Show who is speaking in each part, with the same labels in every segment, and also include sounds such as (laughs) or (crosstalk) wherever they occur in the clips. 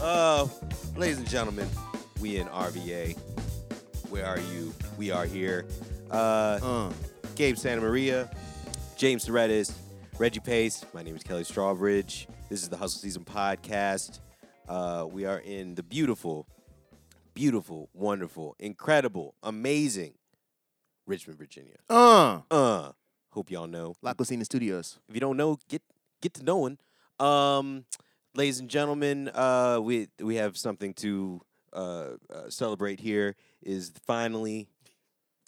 Speaker 1: Uh, ladies and gentlemen, we in RVA. Where are you? We are here. Uh,
Speaker 2: Uh,
Speaker 1: Gabe Santa Maria, James Soretis, Reggie Pace. My name is Kelly Strawbridge. This is the Hustle Season podcast. Uh, we are in the beautiful, beautiful, wonderful, incredible, amazing Richmond, Virginia.
Speaker 2: uh.
Speaker 1: Uh, hope y'all know.
Speaker 2: La Cocina Studios.
Speaker 1: If you don't know, get get to knowing. Um, ladies and gentlemen, uh, we we have something to uh, uh, celebrate. Here is finally,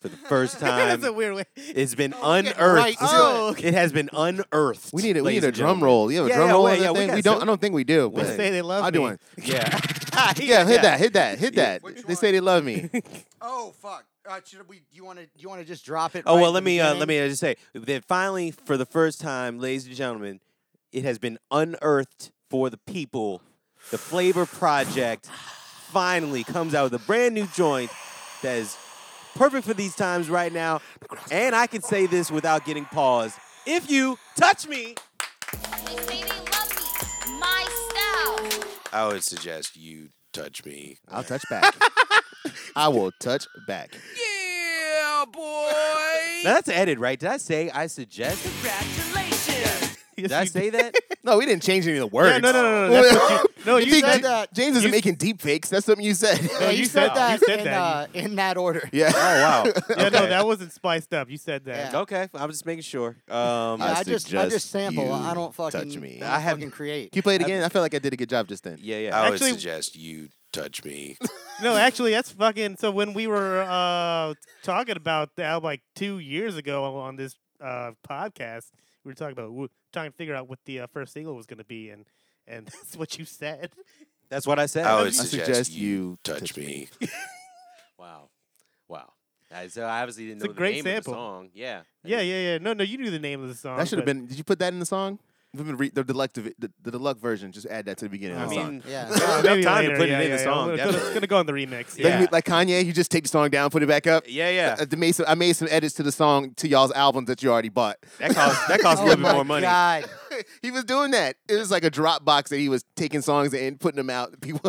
Speaker 1: for the first time,
Speaker 3: (laughs) (laughs) That's
Speaker 2: Um,
Speaker 3: a weird way.
Speaker 1: it's been
Speaker 2: Oh,
Speaker 1: unearthed. Oh, This
Speaker 2: getting right
Speaker 1: is-
Speaker 2: to
Speaker 1: It has been unearthed.
Speaker 2: We need a, we
Speaker 1: ladies
Speaker 2: need a
Speaker 1: and
Speaker 2: drum
Speaker 1: gentlemen.
Speaker 2: roll. You have a
Speaker 1: Yeah,
Speaker 2: drum
Speaker 1: yeah,
Speaker 2: roll
Speaker 1: wait,
Speaker 2: in that
Speaker 1: yeah, we
Speaker 2: thing?
Speaker 1: got
Speaker 2: We don't.
Speaker 1: some-
Speaker 2: I don't think we do.
Speaker 1: We
Speaker 2: but-
Speaker 1: say
Speaker 3: they love
Speaker 2: I (laughs)
Speaker 3: me.
Speaker 2: doing.
Speaker 1: Yeah. (laughs)
Speaker 2: Yeah, hit that. Hit that.
Speaker 3: (laughs)
Speaker 2: Hit that.
Speaker 4: Which
Speaker 2: They say they love me.
Speaker 4: Oh fuck! Uh, should we? You want to? You want to just drop it?
Speaker 1: Oh
Speaker 4: right
Speaker 1: well,
Speaker 4: at
Speaker 1: let
Speaker 4: the
Speaker 1: me uh, let
Speaker 4: beginning?
Speaker 1: me just say that finally, for the first time, ladies and gentlemen, it has been unearthed for the people. The Flavor Project finally comes out with a brand new joint that is perfect for these times right now. And I can say this without getting paused: if you touch me,
Speaker 5: They say they love me. My style.
Speaker 6: I would suggest you touch me.
Speaker 2: I'll touch back. I will touch back.
Speaker 6: Yeah, boy.
Speaker 1: now that's edit, right? Did I say I suggest? Did I say that?
Speaker 2: No, we didn't change any of the words.
Speaker 3: no, no, no, no,
Speaker 2: (laughs)
Speaker 3: that's
Speaker 2: you,
Speaker 3: no, you
Speaker 2: think
Speaker 3: said
Speaker 2: J-
Speaker 4: that.
Speaker 2: James is making deep fakes. That's something you said.
Speaker 4: Yeah, you, said, that
Speaker 3: you said
Speaker 4: in,
Speaker 3: that.
Speaker 4: Uh, in that order.
Speaker 2: (laughs)
Speaker 1: (laughs)
Speaker 2: yeah.
Speaker 1: Oh wow.
Speaker 3: (laughs) Yeah, no,
Speaker 1: Okay.
Speaker 3: that wasn't spiced up. You said that.
Speaker 1: (laughs)
Speaker 4: Yeah.
Speaker 1: Okay, I'm just making sure. Um,
Speaker 4: Yeah, I just I
Speaker 2: suggest
Speaker 4: just sample. I
Speaker 2: you
Speaker 4: don't fucking
Speaker 2: touch me.
Speaker 4: I
Speaker 1: I
Speaker 4: don't
Speaker 1: haven't-
Speaker 4: fucking create.
Speaker 2: Can you play it again? I felt like I did a good job just then.
Speaker 1: yeah, yeah.
Speaker 6: I would
Speaker 3: Actually-
Speaker 6: suggest you touch me.
Speaker 3: No, actually, that's fucking. So when we were uh, talking about the album like two years ago on this uh, podcast, we were talking about we were trying to figure out what the uh, first single was going to be, and and (laughs) that's what you said.
Speaker 1: That's what I said. (laughs)
Speaker 6: I would
Speaker 2: I
Speaker 6: suggest,
Speaker 2: suggest you
Speaker 6: you touch,
Speaker 2: touch
Speaker 6: me.
Speaker 1: Wow. Wow. Uh, So I obviously didn't
Speaker 3: It's a
Speaker 1: know
Speaker 3: great
Speaker 1: the name
Speaker 3: sample.
Speaker 1: of the song. Yeah. I
Speaker 3: Yeah,
Speaker 1: didn't-
Speaker 3: yeah, yeah. No, no, you knew the name of the song.
Speaker 2: That should have
Speaker 3: but- (laughs)
Speaker 2: been. Did you put that in the song? We've been re- the deluxe, the, the deluxe version. Just add that to the beginning
Speaker 1: I
Speaker 2: of the song.
Speaker 1: mean, (laughs)
Speaker 4: Yeah.
Speaker 1: Well,
Speaker 3: Uh,
Speaker 1: enough
Speaker 3: maybe
Speaker 1: time to
Speaker 3: later.
Speaker 1: put it
Speaker 3: yeah,
Speaker 1: in the
Speaker 3: yeah,
Speaker 1: song,
Speaker 3: yeah. It's gonna- It's
Speaker 1: definitely.
Speaker 3: gonna go on the remix.
Speaker 1: Yeah.
Speaker 3: Yeah.
Speaker 2: Like, we- like Kanye, you just take the song down, put it back up.
Speaker 1: yeah, yeah.
Speaker 3: (laughs)
Speaker 2: I, I made some, I made some edits to the song to y'all's albums that you already bought. (laughs)
Speaker 1: That costs that costs a
Speaker 4: Oh
Speaker 1: little bit
Speaker 4: my
Speaker 1: more money. (laughs)
Speaker 4: God.
Speaker 2: he was doing that. It was like a Dropbox that he was taking songs and putting them out. (laughs) People,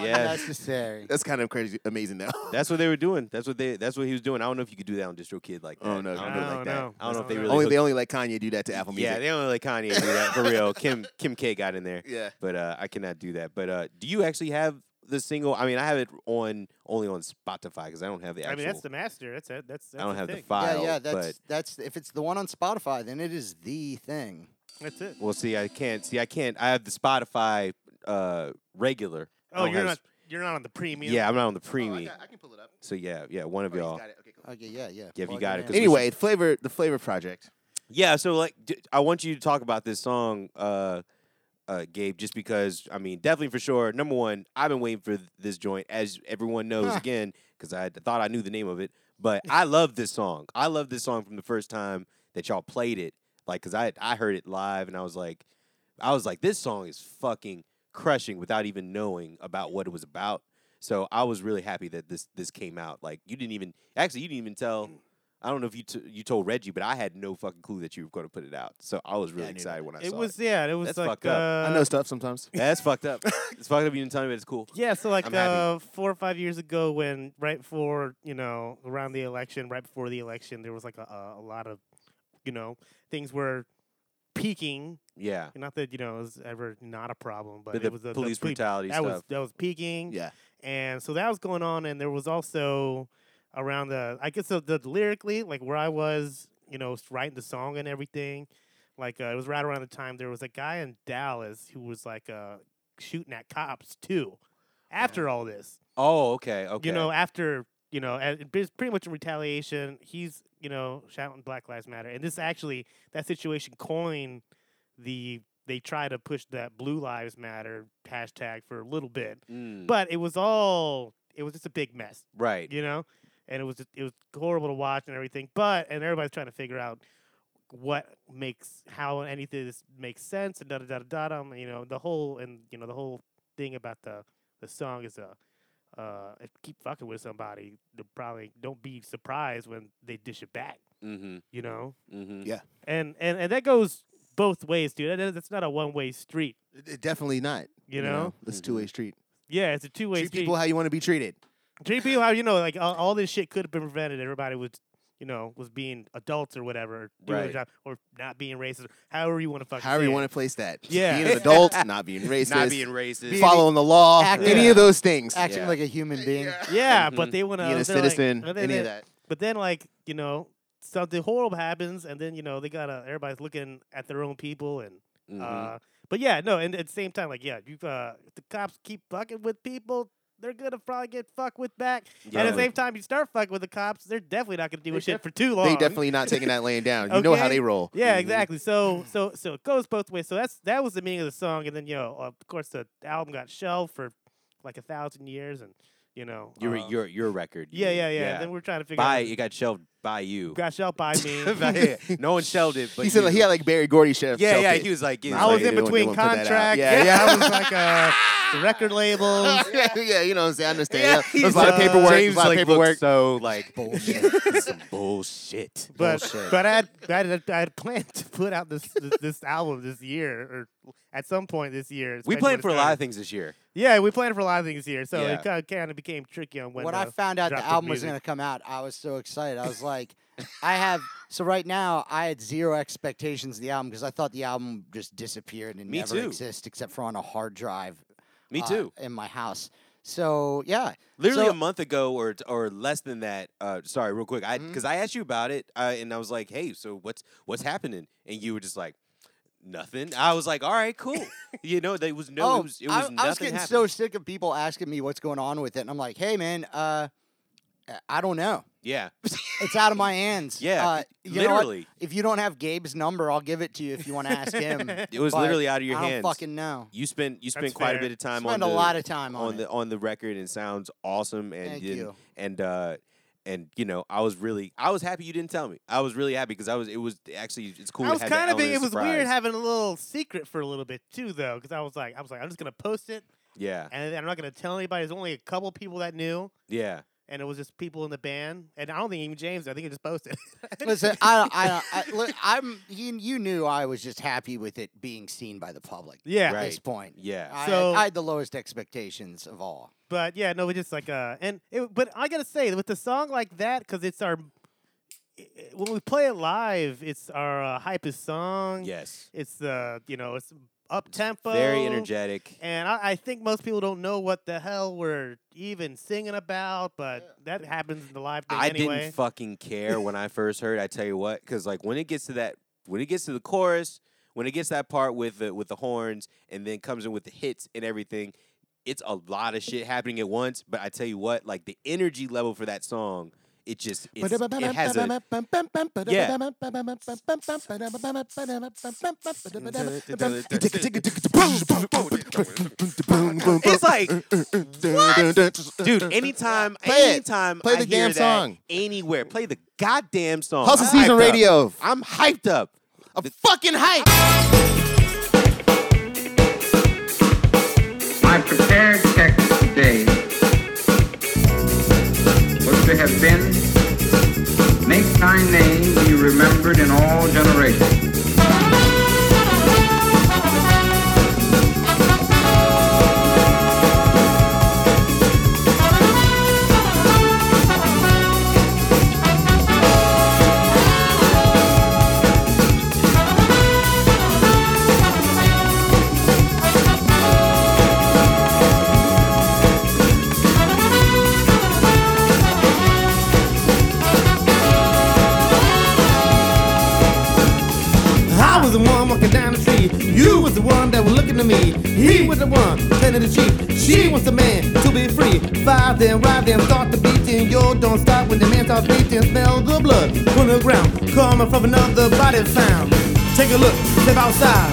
Speaker 1: Yeah.
Speaker 4: Unnecessary.
Speaker 2: that's kind of crazy, amazing though.
Speaker 1: That's what they were doing. That's what they. That's what he was doing. I don't know if you could do that on Distro Kid like that.
Speaker 2: Oh, no,
Speaker 1: I
Speaker 2: you
Speaker 1: don't
Speaker 2: couldn't
Speaker 1: know.
Speaker 2: do
Speaker 1: like
Speaker 2: like
Speaker 1: that.
Speaker 3: that.
Speaker 1: I don't know if they
Speaker 3: No.
Speaker 1: really.
Speaker 2: only they
Speaker 1: hooked-
Speaker 2: only let Kanye do that to Apple Music.
Speaker 1: yeah, they only let Kanye do that for real. Kim Kim K got in there,
Speaker 2: yeah.
Speaker 1: but uh, I cannot do that. But uh, do you actually have the single? I mean, I have it on only on Spotify because I don't have the actual.
Speaker 3: I mean, that's the master. That's it. That's, that's
Speaker 1: I don't
Speaker 3: the
Speaker 1: have the
Speaker 3: thing.
Speaker 1: file.
Speaker 4: yeah, yeah.
Speaker 1: but
Speaker 4: That's that's if it's the one on Spotify, then it is the thing.
Speaker 3: That's it.
Speaker 1: Well, see, I can't. See, I can't. I have the Spotify uh, regular. I
Speaker 3: Oh,
Speaker 1: don't
Speaker 3: you're
Speaker 1: have
Speaker 3: not.
Speaker 1: sp-
Speaker 3: You're not on the premium.
Speaker 1: Yeah, I'm not
Speaker 3: oh,
Speaker 1: on the premium.
Speaker 2: can pull it up.
Speaker 1: so yeah, yeah, one of y'all.
Speaker 4: Okay. Yeah. Yeah.
Speaker 1: Yeah, if you
Speaker 4: plug
Speaker 1: got it, 'cause we
Speaker 2: Anyway, flavor the flavor project.
Speaker 1: Yeah, so like, d- I want you to talk about this song, uh, uh, Gabe, just because. I mean, definitely for sure. Number one, I've been waiting for th- this joint, as everyone knows
Speaker 4: Huh.
Speaker 1: again, because I had- thought I knew the name of it. But I love this song. I love this song from the first time that y'all played it. Like, cause I I heard it live, and I was like, I was like, this song is fucking crushing without even knowing about what it was about. So I was really happy that this this came out. Like you didn't even actually you didn't even tell. I don't know if you t- you told Reggie, but I had no fucking clue that you were going to put it out. So I was really
Speaker 2: I knew
Speaker 1: excited when I
Speaker 3: It
Speaker 1: saw
Speaker 3: was.
Speaker 1: it.
Speaker 3: Yeah. It was
Speaker 1: That's
Speaker 3: like.
Speaker 1: fucked
Speaker 3: uh,
Speaker 1: up.
Speaker 2: I know stuff sometimes.
Speaker 1: Yeah, that's fucked up. It's fucked up. You didn't tell me, but it's cool.
Speaker 3: Yeah, so like
Speaker 1: I'm happy.
Speaker 3: uh, four or five years ago, when right before you know around the election, right before the election, there was like a, a lot of you know things were peaking.
Speaker 1: Yeah,
Speaker 3: Not that you know it was ever not a problem, but,
Speaker 1: but,
Speaker 3: it
Speaker 1: the
Speaker 3: was a,
Speaker 1: police brutality
Speaker 3: that
Speaker 1: stuff.
Speaker 3: was that was peaking.
Speaker 2: Yeah.
Speaker 3: and so that was going on, and there was also around the I guess the, the lyrically like where I was, you know, s- writing the song and everything. Like uh, it was right around the time there was a guy in Dallas who was like uh, shooting at cops too. After all this,
Speaker 1: oh, okay, okay.
Speaker 3: you know, after you know, and it- it's pretty much in retaliation. He's you know shouting Black Lives Matter, and this actually that situation coined the they try to push that Blue Lives Matter hashtag for a little bit,
Speaker 1: Mm,
Speaker 3: but it was all it was just a big mess,
Speaker 1: right.
Speaker 3: you know, and it was just, it was horrible to watch and everything. But and everybody's trying to figure out what makes how anything this makes sense and da da da da da. um, You know the whole and you know the whole thing about the the song is a uh, if you keep fucking with somebody, they'll probably don't be surprised when they dish it back.
Speaker 1: Mm-hmm.
Speaker 3: You know,
Speaker 1: Mm-hmm.
Speaker 2: Yeah.
Speaker 3: and and and that goes both ways, dude. That, that's not a one way street.
Speaker 2: It- it definitely not.
Speaker 3: You know,
Speaker 2: it's
Speaker 1: Mhm.
Speaker 2: a two way street.
Speaker 3: Yeah, it's a two way
Speaker 2: Treat
Speaker 3: street.
Speaker 2: people how you want to be treated.
Speaker 3: JP, how you know, like all, all this shit could have been prevented. Everybody was, you know, was being adults or whatever, doing their
Speaker 1: Right.
Speaker 3: job, or not being racist, however you want to fucking.
Speaker 2: However
Speaker 3: say
Speaker 2: you
Speaker 3: it.
Speaker 2: want to place that.
Speaker 3: Yeah.
Speaker 2: Being an adult, not being racist,
Speaker 1: Not being racist.
Speaker 2: following the law,
Speaker 4: Acting-
Speaker 2: any of those things.
Speaker 4: Acting
Speaker 1: Yeah.
Speaker 4: like a human being.
Speaker 3: Yeah,
Speaker 1: Mhm.
Speaker 3: but they want to
Speaker 2: Mm-hmm. being a citizen, any of that.
Speaker 3: But then, like you know, something horrible happens, and then you know they gotta everybody's looking at their own people, and
Speaker 2: Mm-hmm.
Speaker 1: Mhm.
Speaker 3: uh, but yeah, no, and at the same time, like yeah, you uh, if the cops keep fucking with people. They're gonna probably get fucked with back. And at the
Speaker 1: Yeah.
Speaker 3: same time, you start fucking with the cops, they're definitely not gonna do
Speaker 2: They
Speaker 3: shit
Speaker 2: def-
Speaker 3: for too long.
Speaker 2: They definitely not taking that
Speaker 1: (laughs)
Speaker 2: laying down. You know how
Speaker 3: Okay.
Speaker 2: they roll.
Speaker 3: Yeah,
Speaker 1: Mhm.
Speaker 3: exactly. So so so it goes both ways. So that's that was the meaning of the song, and then you know, of course, the album got shelved for like a thousand years, and you know,
Speaker 1: your
Speaker 3: um,
Speaker 1: your your record.
Speaker 3: yeah,
Speaker 1: you-
Speaker 3: yeah, yeah. And then we're trying to figure
Speaker 1: by
Speaker 3: out
Speaker 1: it got shelved by you.
Speaker 3: (laughs) got shelved by
Speaker 1: (laughs)
Speaker 3: me. (laughs)
Speaker 1: By- no one shelved it, but
Speaker 2: he said
Speaker 1: you.
Speaker 2: like, he had like Barry Gordy shit.
Speaker 1: yeah, yeah.
Speaker 2: It.
Speaker 4: (laughs)
Speaker 1: He was like, he
Speaker 3: I was
Speaker 1: like,
Speaker 3: in
Speaker 2: they wouldn't- they
Speaker 3: between
Speaker 2: wouldn't put that out.
Speaker 3: contracts.
Speaker 2: Yeah,
Speaker 3: Yeah, I was like uh, the record labels.
Speaker 4: (laughs)
Speaker 2: yeah, yeah, you know what I'm saying. I
Speaker 1: Yeah,
Speaker 2: understand. Yeah,
Speaker 1: he's uh,
Speaker 2: there's a lot of
Speaker 3: like-
Speaker 2: paperwork.
Speaker 1: James
Speaker 2: a lot
Speaker 1: like
Speaker 2: of
Speaker 1: looked
Speaker 2: paperwork.
Speaker 3: (laughs)
Speaker 1: so like bullshit. (laughs) some bullshit.
Speaker 3: But
Speaker 1: Bullshit.
Speaker 3: but I had, I had I had planned to put out this this, this album this year or at some point this year.
Speaker 1: we
Speaker 3: especially when
Speaker 1: planned
Speaker 3: it
Speaker 1: for a lot
Speaker 3: started.
Speaker 1: of things this year.
Speaker 3: Yeah, we planned for a lot of things here, so
Speaker 1: Yeah.
Speaker 3: it kind of, kind of became tricky on when.
Speaker 4: when I
Speaker 3: the-
Speaker 4: found out the
Speaker 3: dropped
Speaker 4: album was
Speaker 3: music.
Speaker 4: going to come out, I was so excited. I was like,
Speaker 1: (laughs)
Speaker 4: I have. So right now, I had zero expectations of the album because I thought the album just disappeared and
Speaker 1: Me
Speaker 4: never
Speaker 1: too.
Speaker 4: exists except for on a hard drive.
Speaker 1: Me
Speaker 4: uh,
Speaker 1: too.
Speaker 4: in my house. So yeah,
Speaker 1: Literally
Speaker 4: so-
Speaker 1: a month ago, or or less than that. Uh, sorry, real quick. I
Speaker 4: Mm-hmm.
Speaker 1: because I asked you about it, uh, and I was like, "Hey, so what's what's happening?" And you were just like, "Nothing." I was like, "All right,
Speaker 4: (laughs)
Speaker 1: cool." you know, there was no.
Speaker 4: oh,
Speaker 1: it was, it
Speaker 4: I,
Speaker 1: was
Speaker 4: I
Speaker 1: nothing
Speaker 4: was getting
Speaker 1: happening.
Speaker 4: so sick of people asking me what's going on with it, and I'm like, hey man, uh, uh, I don't know.
Speaker 1: yeah,
Speaker 4: It's out of my hands.
Speaker 1: (laughs) Yeah,
Speaker 4: uh, you know what?
Speaker 1: literally,
Speaker 4: if you don't have Gabe's number, I'll give it to you if you want to ask him.
Speaker 3: (laughs)
Speaker 1: it was
Speaker 4: but
Speaker 1: literally out of
Speaker 4: I
Speaker 1: (laughs) your
Speaker 4: don't
Speaker 1: hands.
Speaker 4: fucking know.
Speaker 1: you spent you spent
Speaker 3: That's
Speaker 1: quite
Speaker 3: fair.
Speaker 1: a bit of time
Speaker 4: Spend
Speaker 1: on
Speaker 4: a
Speaker 1: the,
Speaker 4: lot of time on,
Speaker 1: on
Speaker 4: it.
Speaker 1: the on the record and sounds awesome and
Speaker 4: Thank
Speaker 1: and,
Speaker 4: you.
Speaker 1: and uh and you know I was really I was happy you didn't tell me I was really happy because I was it was actually it's cool
Speaker 3: I was
Speaker 1: to have that
Speaker 3: kind of
Speaker 1: element
Speaker 3: it was weird
Speaker 1: surprise.
Speaker 3: having a little secret for a little bit too, though, because I was like, I was like, I'm just gonna post it,
Speaker 1: yeah
Speaker 3: and then I'm not gonna tell anybody. There's only a couple people that knew,
Speaker 1: yeah
Speaker 3: and it was just people in the band, and I don't think even James. I think he just posted. (laughs)
Speaker 4: Listen, I, don't- I, don't- I, look, I'm. You, you knew I was just happy with it being seen by the public
Speaker 3: yeah,
Speaker 4: at
Speaker 1: Right.
Speaker 4: this point.
Speaker 1: yeah
Speaker 4: I,
Speaker 3: So-
Speaker 4: I had the lowest expectations of all.
Speaker 3: but yeah, no, we just like uh, and it, but I gotta say with the song like that because it's our i- i- when we play it live, it's our uh, hypest song.
Speaker 1: yes
Speaker 3: it's uh, you know it's up tempo,
Speaker 1: very energetic
Speaker 3: And I, I think most people don't know what the hell we're even singing about, but that happens in the live thing
Speaker 1: I
Speaker 3: anyway.
Speaker 1: didn't fucking care when I first heard I tell you what because like when it gets to that when it gets to the chorus when it gets that part with the with the horns and then comes in with the hits and everything it's a lot of shit happening at once but I tell you what like the energy level for that song it just it's, it has a Yeah.
Speaker 2: (laughs)
Speaker 1: It's like, dude. Anytime,
Speaker 2: Play it.
Speaker 1: anytime
Speaker 2: Play
Speaker 1: I
Speaker 2: the
Speaker 1: hear
Speaker 2: damn
Speaker 1: that
Speaker 2: song.
Speaker 1: anywhere, play the goddamn song.
Speaker 2: Hustle
Speaker 1: I'm
Speaker 2: Season
Speaker 1: hyped up.
Speaker 2: Radio.
Speaker 1: I'm hyped up.
Speaker 2: A fucking hype.
Speaker 7: I prepared text today was to have been make thy name be remembered in all generations.
Speaker 8: I was the one walking down the street. You was the one that was looking at me. He was the one planning the cheat. She was the man to be free. Five then ride them, start the beating. Yo, don't stop when the man starts beating. Smell the blood on the ground, coming from another body found. Take a look, step outside.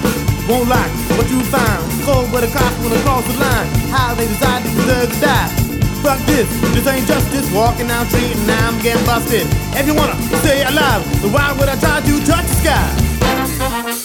Speaker 8: Won't like what you found. Cold where the cops wanna cross the line. How they decide to deserve to die. Fuck this, this ain't justice. Walking down the street and now I'm getting busted. If you wanna stay alive, then why would I try to touch the sky?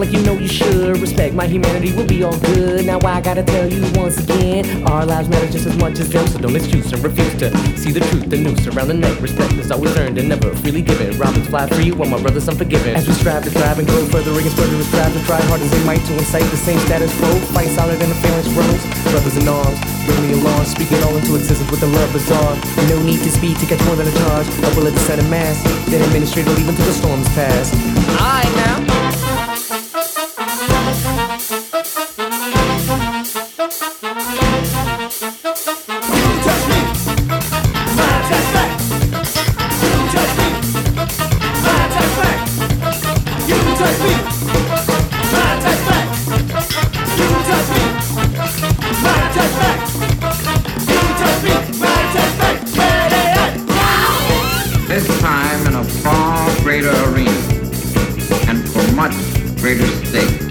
Speaker 9: like you know you should. Respect my humanity, we'll be all good. Now I gotta tell you once again, our lives matter just as much as them. So don't excuse and refuse to see the truth, the noose around the neck. Respect is always earned and never freely given. Robins fly free while my brother's unforgiving. As we strive to thrive and grow further against further, we strive to try hard as we might to incite the same status quo. Fight solid in the phalanx grows. Brothers in arms, bravely alarmed, speaking all into existence with the love bizarre. No need to speed to catch more than a charge. A bullet to set a mass, then administrate or leave until the storms pass. I now.
Speaker 7: This time in a far greater arena and for much greater stakes.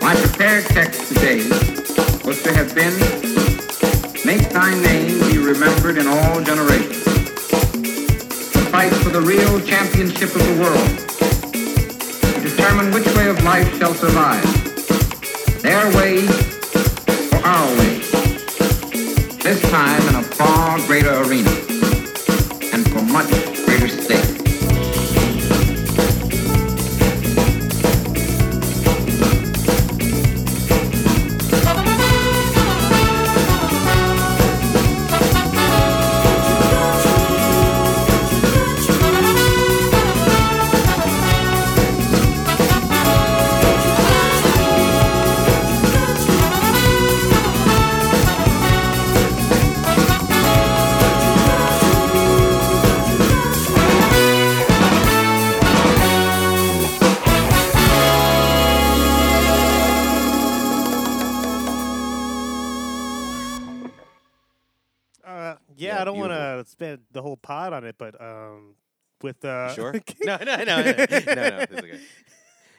Speaker 7: My prepared text today was to have been Make thy name be remembered in all generations. To fight for the real championship of the world. To determine which way of life shall survive. Their way or our way. This time in a far greater arena. And for much greater stakes.
Speaker 3: Uh, yeah,
Speaker 1: Yeah,
Speaker 3: I don't want to
Speaker 1: beautiful.
Speaker 3: spend the whole pod on it, but um, with uh,
Speaker 1: You sure? no, no,
Speaker 2: (laughs)
Speaker 1: no, no, no, no. it's okay.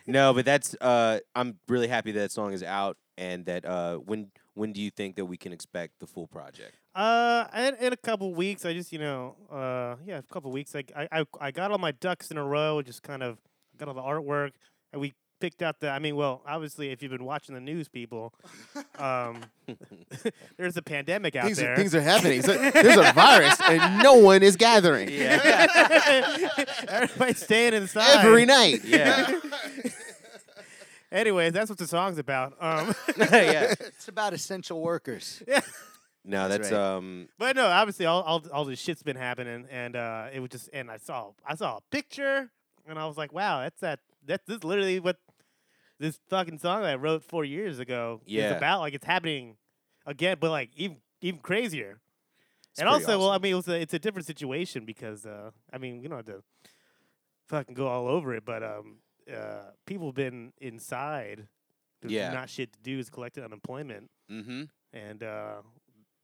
Speaker 1: No, but that's. Uh, I'm really happy that song is out, and that. Uh, when when do you think that we can expect the full project?
Speaker 3: (laughs) Uh, in, in a couple weeks, I just you know, uh, yeah, a couple weeks. Like I, I, I got all my ducks in a row. Just kind of got all the artwork, and we picked out the. I mean, well, obviously, if you've been watching the news, people, um, (laughs) there's a pandemic out
Speaker 2: Things
Speaker 3: there.
Speaker 1: (laughs)
Speaker 2: are, things are happening. So there's a virus and no one is gathering.
Speaker 1: Yeah,
Speaker 3: (laughs) Everybody's staying inside
Speaker 2: Every night.
Speaker 1: yeah, (laughs)
Speaker 3: Anyways, that's what the song's about. Um,
Speaker 1: (laughs)
Speaker 3: (laughs)
Speaker 1: yeah.
Speaker 2: (laughs)
Speaker 4: It's about essential workers.
Speaker 1: No, that's,
Speaker 2: That's
Speaker 1: um.
Speaker 3: But no, obviously all all, all this shit's been happening, and uh, it was just and I saw I saw a picture, and I was like, wow, that's that that's this is literally what this fucking song that I wrote four years ago
Speaker 1: Yeah.
Speaker 3: is about. Like it's happening again, but like even even crazier.
Speaker 1: it's
Speaker 3: and
Speaker 1: pretty
Speaker 3: also, well, I
Speaker 1: awesome.
Speaker 3: mean, it was a, it's a different situation because uh, I mean, we don't have to fucking go all over it, but um, uh, people have been inside. There's
Speaker 1: Yeah.
Speaker 3: not shit to do is collected unemployment,
Speaker 1: Mm-hmm.
Speaker 3: and uh,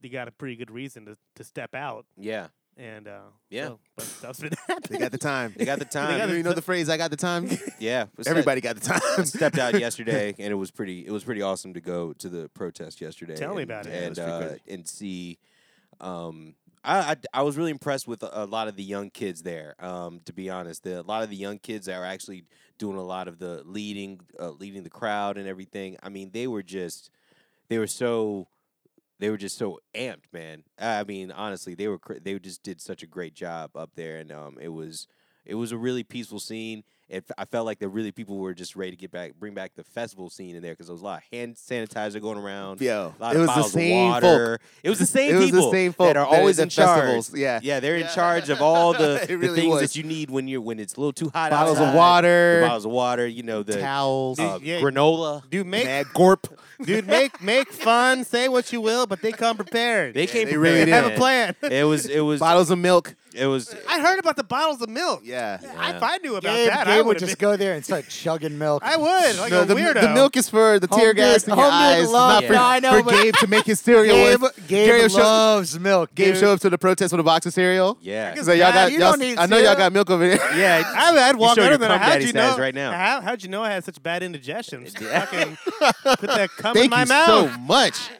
Speaker 3: they got a pretty good reason to, to step out.
Speaker 1: Yeah,
Speaker 3: And uh,
Speaker 1: Yeah.
Speaker 3: so- but that's been (laughs) happening.
Speaker 2: They got the time.
Speaker 1: (laughs) they got the time.
Speaker 3: got the-
Speaker 2: you know the phrase, I got
Speaker 1: (laughs)
Speaker 2: the time?
Speaker 1: yeah, what's that?
Speaker 2: Everybody got the
Speaker 1: (laughs)
Speaker 2: time.
Speaker 1: stepped out
Speaker 3: (laughs)
Speaker 1: yesterday, and it was pretty. It was pretty awesome to go to the protest yesterday.
Speaker 3: Tell me
Speaker 1: and- uh,
Speaker 3: about it. Yeah, it
Speaker 1: and
Speaker 3: was pretty
Speaker 1: uh,
Speaker 3: crazy.
Speaker 1: and see um, I, I d- I was really impressed with a, a lot of the young kids there. Um, to be honest, the, a lot of the young kids that are actually doing a lot of the leading, uh, leading the crowd and everything. I mean, they were just, they were so, they were just so amped, man. I mean, honestly, they were cr- they just did such a great job up there, and um, it was it was a really peaceful scene. It, f- I felt like the really people were just ready to get back, bring back the festival scene in there because there was a lot of hand sanitizer going around.
Speaker 2: (laughs) Yo,
Speaker 1: A lot
Speaker 2: it
Speaker 1: of
Speaker 2: was the
Speaker 1: bottles
Speaker 2: same
Speaker 1: of
Speaker 2: folk.
Speaker 1: water. It was the same
Speaker 2: (laughs) It was
Speaker 1: people
Speaker 2: the same folk
Speaker 1: that are always
Speaker 2: at
Speaker 1: in charge.
Speaker 2: festivals. Yeah,
Speaker 1: Yeah, they're in
Speaker 2: Yeah.
Speaker 1: charge of all the,
Speaker 2: (laughs) It
Speaker 1: the
Speaker 2: really
Speaker 1: things
Speaker 2: was.
Speaker 1: that you need when you're when it's a little too hot
Speaker 2: bottles
Speaker 1: outside.
Speaker 2: of
Speaker 1: The
Speaker 2: water,
Speaker 1: bottles of water, you know the
Speaker 2: towels.
Speaker 1: uh,
Speaker 3: Yeah.
Speaker 1: granola.
Speaker 3: Dude, make
Speaker 2: Mad Gorp.
Speaker 3: (laughs) dude, make make fun. Say what you will, but they come prepared.
Speaker 1: They came
Speaker 2: they really
Speaker 1: prepared,
Speaker 2: did.
Speaker 3: have a
Speaker 1: man. (laughs)
Speaker 3: plan.
Speaker 1: It was it was
Speaker 2: Bottles of milk.
Speaker 1: it was
Speaker 3: I heard about the bottles of milk.
Speaker 2: Yeah.
Speaker 1: Yeah.
Speaker 3: If I knew about
Speaker 4: Gabe,
Speaker 3: that, I
Speaker 4: Gabe
Speaker 3: would
Speaker 4: would
Speaker 3: have
Speaker 4: just
Speaker 3: been,
Speaker 4: go there and start chugging milk.
Speaker 3: I would like
Speaker 2: No,
Speaker 3: a
Speaker 2: the,
Speaker 3: weirdo.
Speaker 2: the milk is for the tear
Speaker 4: Homemade-
Speaker 2: gas in your
Speaker 4: homemade
Speaker 2: eyes. It's
Speaker 4: love.
Speaker 2: Not for,
Speaker 4: Yeah, I know,
Speaker 2: for
Speaker 4: but-
Speaker 2: Gabe to make his cereal
Speaker 4: Gabe,
Speaker 2: with.
Speaker 4: Gabe
Speaker 2: show-
Speaker 4: loves milk.
Speaker 2: Gabe
Speaker 4: dude.
Speaker 2: show up to the protest with a box of cereal.
Speaker 1: yeah.
Speaker 2: He's like, y'all
Speaker 4: Nah,
Speaker 2: got,
Speaker 4: you
Speaker 2: y'all,
Speaker 4: don't need
Speaker 2: (laughs) I know y'all
Speaker 4: cereal.
Speaker 2: got milk over there.
Speaker 1: Yeah,
Speaker 3: I've had one
Speaker 1: showing
Speaker 3: better
Speaker 1: your
Speaker 3: than I-
Speaker 1: Puff
Speaker 3: how'd
Speaker 1: Daddy
Speaker 3: you
Speaker 1: status
Speaker 3: know
Speaker 1: right now.
Speaker 3: How, how'd you know I had such
Speaker 1: (laughs)
Speaker 3: bad indigestion? Fucking put that cum in
Speaker 2: Thank
Speaker 3: my
Speaker 2: you
Speaker 3: mouth.
Speaker 2: so much.
Speaker 1: (laughs)